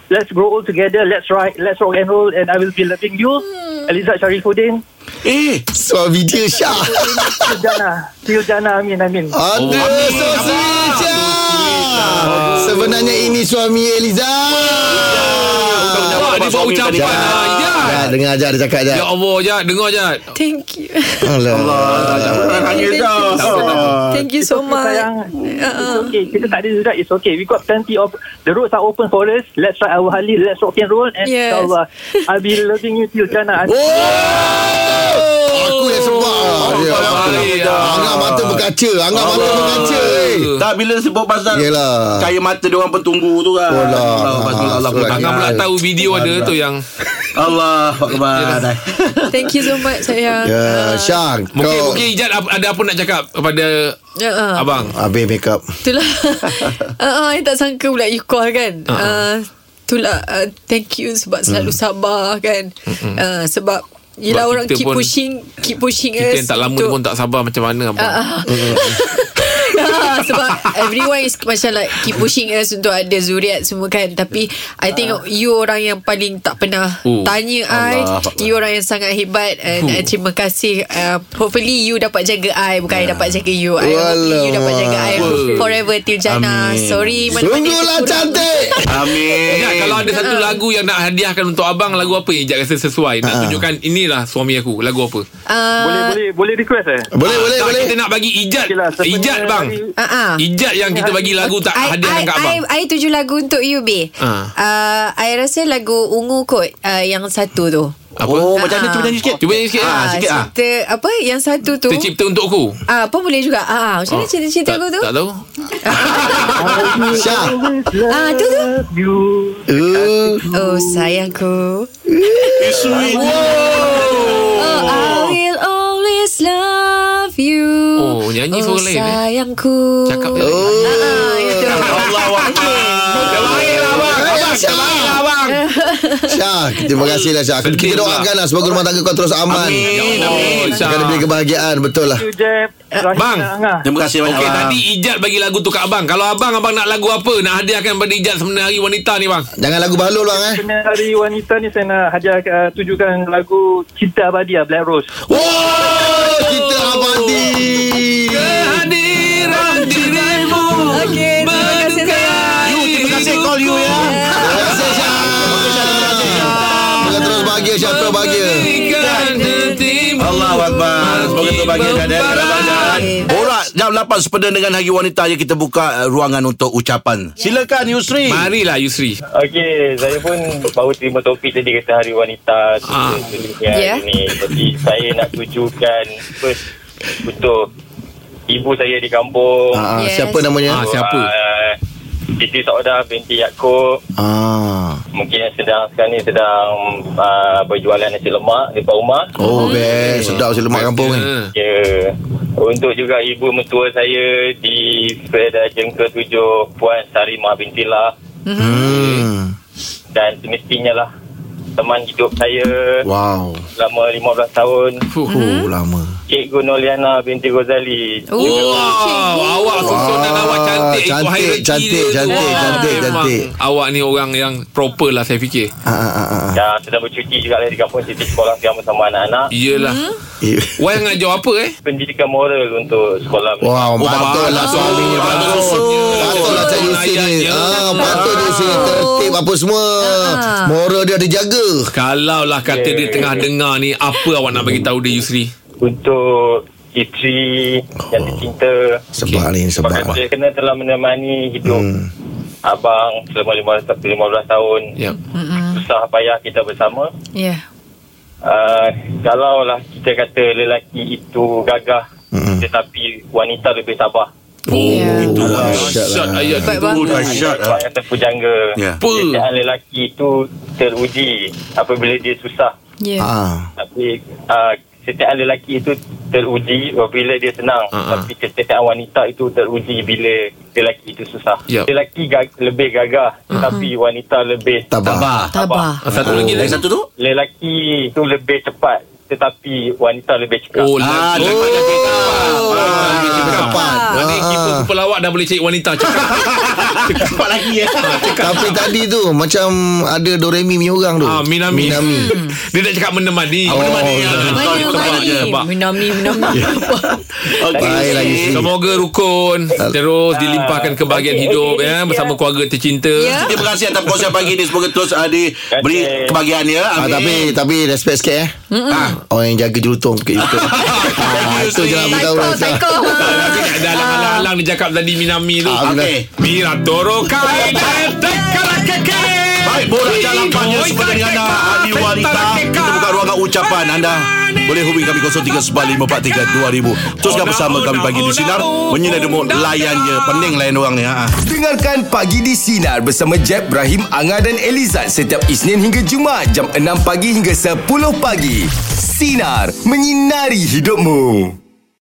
[SPEAKER 9] Let's grow old together Let's ride Let's rock and roll And I will be loving you Eliza Sharifuddin
[SPEAKER 1] Eh
[SPEAKER 3] suami dia Syah.
[SPEAKER 9] Till Jana Till Jana Amin Amin
[SPEAKER 3] Ada oh, sosija. Sebenarnya ini suami Eliza. Ah.
[SPEAKER 4] Wah, dia buat
[SPEAKER 1] suami
[SPEAKER 4] ucapan
[SPEAKER 1] tadi.
[SPEAKER 4] Ah, Jad.
[SPEAKER 3] Ya, dengar aja dia cakap aja.
[SPEAKER 4] Ya Allah Jad Dengar Jad
[SPEAKER 2] Thank you
[SPEAKER 3] Allah.
[SPEAKER 1] Jangan nangis dah
[SPEAKER 2] Thank you so
[SPEAKER 9] okay,
[SPEAKER 2] much Uh-uh.
[SPEAKER 9] sayang
[SPEAKER 2] Ah.
[SPEAKER 9] It's okay Kita tak ada zuriat It's okay We got plenty of The roads are open for us Let's try our Harley Let's rock and roll And
[SPEAKER 2] Yes.
[SPEAKER 9] insyaAllah I'll be loving you Till Jana Amin
[SPEAKER 3] Aku yang sebab. Ya,
[SPEAKER 4] Abang
[SPEAKER 3] aku.
[SPEAKER 4] Farid, ah.
[SPEAKER 3] Angah mata berkaca, angah mata berkaca. eh.
[SPEAKER 1] Tak bila sebut pasal
[SPEAKER 3] Yelah.
[SPEAKER 1] Cahaya mata dia orang pun tunggu tu kan
[SPEAKER 3] Oh, lah.
[SPEAKER 1] Allah Allah
[SPEAKER 3] Surat
[SPEAKER 4] Angah pula
[SPEAKER 3] Ya.
[SPEAKER 4] tahu video ada tu yang
[SPEAKER 1] Allah Akbar
[SPEAKER 2] Thank you so much sayang Uh-uh.
[SPEAKER 3] Ya, Syah.
[SPEAKER 4] Mungkin
[SPEAKER 3] kau-
[SPEAKER 4] mungkin Jad ap- ada apa nak cakap Kepada
[SPEAKER 2] Ya, ah.
[SPEAKER 4] Abang
[SPEAKER 3] Habis make up.
[SPEAKER 2] Itulah uh, I tak sangka pula you call kan
[SPEAKER 4] Ah. Hmm.
[SPEAKER 2] uh, Itulah uh, Thank you sebab selalu sabar kan uh, Sebab Yelah
[SPEAKER 4] Sebab
[SPEAKER 2] orang
[SPEAKER 4] kita
[SPEAKER 2] keep
[SPEAKER 4] pun-
[SPEAKER 2] pushing Keep pushing us
[SPEAKER 4] Kita yang tak lama
[SPEAKER 2] untuk-
[SPEAKER 4] pun tak sabar Macam mana Abang
[SPEAKER 2] Ah, sebab everyone is macam like keep pushing us untuk ada zuriat semua kan tapi I think you orang yang paling tak pernah
[SPEAKER 4] Oh,
[SPEAKER 2] tanya I you orang yang sangat hebat and I terima kasih uh, hopefully you dapat jaga I bukan I dapat jaga you I hopefully you dapat jaga I forever till jana sorry mana-mana
[SPEAKER 3] Sungguhlah
[SPEAKER 2] yang kurang.
[SPEAKER 3] cantik.
[SPEAKER 1] Amin
[SPEAKER 4] Ijat Eh, kalau ada
[SPEAKER 2] Ah,
[SPEAKER 4] satu lagu yang nak hadiahkan untuk abang lagu apa yang Ijat rasa sesuai nak tunjukkan inilah suami aku lagu apa Ah,
[SPEAKER 2] Ah,
[SPEAKER 9] Boleh boleh boleh request eh
[SPEAKER 3] Boleh, boleh,
[SPEAKER 4] tak,
[SPEAKER 3] boleh.
[SPEAKER 4] kita nak bagi Ijat
[SPEAKER 9] Okey lah, sebenarnya
[SPEAKER 4] Ijat bang
[SPEAKER 9] hari-
[SPEAKER 2] ah, ah.
[SPEAKER 4] Ijat yang kita bagi lagu tak
[SPEAKER 2] I,
[SPEAKER 4] hadiahkan
[SPEAKER 2] I,
[SPEAKER 4] kat abang
[SPEAKER 2] I, I tujuh lagu untuk you babe
[SPEAKER 4] Ah.
[SPEAKER 2] uh, I rasa lagu ungu kot uh, yang satu tu
[SPEAKER 4] apa
[SPEAKER 1] Oh macam mana
[SPEAKER 2] Ah.
[SPEAKER 1] cuba nyanyi sikit
[SPEAKER 4] cuba nyanyi sikit
[SPEAKER 1] Ah, sikit ah.
[SPEAKER 2] cerita, apa yang satu tu
[SPEAKER 4] tercipta untukku
[SPEAKER 2] Ah, pun boleh juga. Ah, macam mana cerita-cerita
[SPEAKER 4] Oh,
[SPEAKER 2] aku tu?
[SPEAKER 4] tak, tak tahu
[SPEAKER 3] Syah.
[SPEAKER 2] Ah, tu tu.
[SPEAKER 9] You
[SPEAKER 3] Eh,
[SPEAKER 2] Oh, sayangku. Oh, I will always love you.
[SPEAKER 4] Oh, nyanyi suara lain, eh?
[SPEAKER 2] sayangku.
[SPEAKER 4] cakap
[SPEAKER 2] Oh.
[SPEAKER 4] je lagi.
[SPEAKER 2] Ah, itu.
[SPEAKER 1] Allah
[SPEAKER 4] lah,
[SPEAKER 3] Abang, abang. Syah, terima kasihlah Syah. Kita- Kita
[SPEAKER 4] Sedih pula.
[SPEAKER 3] doakanlah semoga rumah tangga kau terus aman.
[SPEAKER 2] Eh,
[SPEAKER 4] Ya Allah, Ijat.
[SPEAKER 3] Akan lebih kebahagiaan, betul lah.
[SPEAKER 9] You Jeb
[SPEAKER 4] Bang.
[SPEAKER 9] Angah
[SPEAKER 1] Terima kasih banyak
[SPEAKER 4] Okey
[SPEAKER 1] abang.
[SPEAKER 4] tadi Ijat bagi lagu tu kat abang Kalau abang abang nak lagu apa Nak hadiahkan pada Ijat Sebenarnya hari wanita ni bang
[SPEAKER 3] Jangan lagu bahalul bang eh.
[SPEAKER 9] Kena hari wanita ni saya nak hadiah uh, tujukan lagu Cinta Abadiah Black Rose.
[SPEAKER 3] Wow, kita abadi.
[SPEAKER 4] Kehadiran dirimu
[SPEAKER 2] Okey, terima kasih sayang.
[SPEAKER 1] You terima kasih call you ya
[SPEAKER 3] Terima kasih Syah. Semoga terus bahagia, Syah terus bahagia.
[SPEAKER 4] Berikan hatimu
[SPEAKER 1] Allah Akbar Semoga tu bahagia dan ada
[SPEAKER 4] Berbarang.
[SPEAKER 1] kebahagiaan Borak jam 8 sepeda dengan Hari Wanita je kita buka uh, ruangan untuk ucapan. Silakan Yusri.
[SPEAKER 4] Marilah Yusri.
[SPEAKER 9] Okey, saya pun baru terima topik tadi kata Hari Wanita
[SPEAKER 4] Ah.
[SPEAKER 9] ah.
[SPEAKER 2] Ya.
[SPEAKER 9] yeah. ni. Jadi saya nak tujukan first untuk ibu saya di kampung.
[SPEAKER 3] Ah,
[SPEAKER 2] Yes.
[SPEAKER 3] yes. Siapa namanya?
[SPEAKER 4] Ah, siapa?
[SPEAKER 9] Uh, Siti Saudah binti Yaakob
[SPEAKER 3] Ah.
[SPEAKER 9] Mungkin yang sedang sekarang ni sedang uh, berjualan nasi lemak depan rumah
[SPEAKER 3] Oh, best. Sedap si lemak kampung eh. ni.
[SPEAKER 4] Ah.
[SPEAKER 9] Ya Untuk juga ibu mentua saya di Federation ke-7 Puan Sarimah binti Lah
[SPEAKER 3] Hmm.
[SPEAKER 9] dan semestinya lah teman hidup saya
[SPEAKER 3] Wow.
[SPEAKER 9] selama 15 tahun
[SPEAKER 3] Oh, lama.
[SPEAKER 9] Cikgu Noliana binti Ghazali
[SPEAKER 2] Oh,
[SPEAKER 4] Wow, awak susunan
[SPEAKER 3] Wah,
[SPEAKER 4] awak cantik. Itu
[SPEAKER 3] cantik,
[SPEAKER 4] hierarchy dia
[SPEAKER 3] cantik,
[SPEAKER 4] tu.
[SPEAKER 3] cantik,
[SPEAKER 4] Wah,
[SPEAKER 3] cantik,
[SPEAKER 4] memang
[SPEAKER 3] cantik.
[SPEAKER 4] Awak ni orang yang proper lah saya fikir.
[SPEAKER 3] Ah, ah, ah, ah, ah.
[SPEAKER 9] dan sedang bercuti juga lah di kampung Siti Sekolah Siam bersama anak-anak
[SPEAKER 4] Iyalah.
[SPEAKER 2] Hmm?
[SPEAKER 3] Eh,
[SPEAKER 4] Wan ngajar apa eh?
[SPEAKER 9] pendidikan moral untuk sekolah
[SPEAKER 3] Wow,
[SPEAKER 1] bagus.
[SPEAKER 3] patut lah suaminya
[SPEAKER 1] Bagus.
[SPEAKER 3] bagus. Patut lah Cik Yusri ni.
[SPEAKER 4] Ayatnya.
[SPEAKER 3] Ah, patut dia sini tertib apa semua. Moral dia ada jaga.
[SPEAKER 4] Kalau lah kata dia tengah dengar ni Apa awak nak bagi tahu dia Yusri
[SPEAKER 9] untuk isteri yang tercinta
[SPEAKER 3] Sebab ni sebab.
[SPEAKER 9] sebab saya kena telah menemani hidup abang selama 15, 15 tahun
[SPEAKER 4] Yap
[SPEAKER 9] susah payah kita bersama
[SPEAKER 2] Ya.
[SPEAKER 9] uh, kalaulah kita kata lelaki itu gagah mm. tetapi wanita lebih sabar
[SPEAKER 4] Oh,
[SPEAKER 2] Ya.
[SPEAKER 1] Itulah.
[SPEAKER 3] lah.
[SPEAKER 4] Asyad ayat
[SPEAKER 2] Baik
[SPEAKER 4] tu
[SPEAKER 9] Oh,
[SPEAKER 2] banget.
[SPEAKER 1] Dahsyat
[SPEAKER 9] Orang kata pujangga
[SPEAKER 1] Ya.
[SPEAKER 4] Apa
[SPEAKER 9] Kesetiaan lelaki itu teruji apabila dia susah
[SPEAKER 2] Ya.
[SPEAKER 3] Ah.
[SPEAKER 9] tapi uh, kesetiaan lelaki itu teruji apabila dia senang
[SPEAKER 4] Ha, ha.
[SPEAKER 9] uh-huh. tapi kesetiaan wanita itu teruji bila lelaki itu susah
[SPEAKER 4] Yap.
[SPEAKER 9] lelaki gag- lebih gagah uh-huh. tapi wanita lebih
[SPEAKER 3] Tabah.
[SPEAKER 1] Tabah.
[SPEAKER 2] Tabah.
[SPEAKER 4] Ah, Satu lagi
[SPEAKER 1] Lagi
[SPEAKER 4] lagi
[SPEAKER 1] Oh. satu tu?
[SPEAKER 9] lelaki itu lebih cepat tetapi wanita lebih cekap
[SPEAKER 4] Oh,
[SPEAKER 1] Ah,
[SPEAKER 4] lah.
[SPEAKER 1] lagi
[SPEAKER 4] Oh,
[SPEAKER 1] lebih tabah. Ah.
[SPEAKER 3] Cepat.
[SPEAKER 4] Nanti kita kepala awak dah boleh cari wanita cakap. Ah,
[SPEAKER 1] Cepat lagi ya.
[SPEAKER 3] Tapi tadi tu macam ada Doremi punya orang tu.
[SPEAKER 4] Ah, Minami.
[SPEAKER 3] Minami.
[SPEAKER 4] Dia nak cakap menemani.
[SPEAKER 3] Oh,
[SPEAKER 4] menemani.
[SPEAKER 3] ya.
[SPEAKER 4] Ah,
[SPEAKER 2] Mana
[SPEAKER 4] tebak je,
[SPEAKER 2] Mari?
[SPEAKER 4] tebak.
[SPEAKER 2] Minami, minami.
[SPEAKER 1] Okey.
[SPEAKER 3] Baiklah, Yusri.
[SPEAKER 4] Semoga rukun
[SPEAKER 1] Ah.
[SPEAKER 4] Terus dilimpahkan kebahagiaan
[SPEAKER 9] okey,
[SPEAKER 4] hidup
[SPEAKER 9] okey,
[SPEAKER 4] ya,
[SPEAKER 9] okey,
[SPEAKER 4] Bersama
[SPEAKER 9] ya.
[SPEAKER 4] keluarga tercinta
[SPEAKER 2] Ya.
[SPEAKER 1] Terima kasih atas perkongsian pagi ni. Semoga terus uh, diberi
[SPEAKER 9] Terima kasih.
[SPEAKER 1] kebahagiaan ya.
[SPEAKER 3] Ah, tapi tapi respect sikit eh. Ah, orang yang jaga jurutung sikit jurutung. ah, itu je
[SPEAKER 1] lah
[SPEAKER 3] nak beritahu.
[SPEAKER 2] Taiko,
[SPEAKER 3] Razak.
[SPEAKER 2] taiko.
[SPEAKER 4] Ah, Ada alang-alang dia cakap tadi Minami tu
[SPEAKER 3] Ah,
[SPEAKER 1] Okey.
[SPEAKER 4] Mira Toro Kaiden
[SPEAKER 1] Baik, bola jalan panjang seperti dengan anda Hari Wanita Kita buka ruangan ucapan anda Boleh hubungi kami 0395432000 Teruskan bersama kami pagi di Sinar Menyinai demo Layan je Pening layan orang ni ha.
[SPEAKER 10] Dengarkan Pagi di Sinar bersama Jeb, Ibrahim, Anga dan Elizad setiap Isnin hingga Jumaat jam 6 pagi hingga 10 pagi. Sinar. Menyinari hidupmu.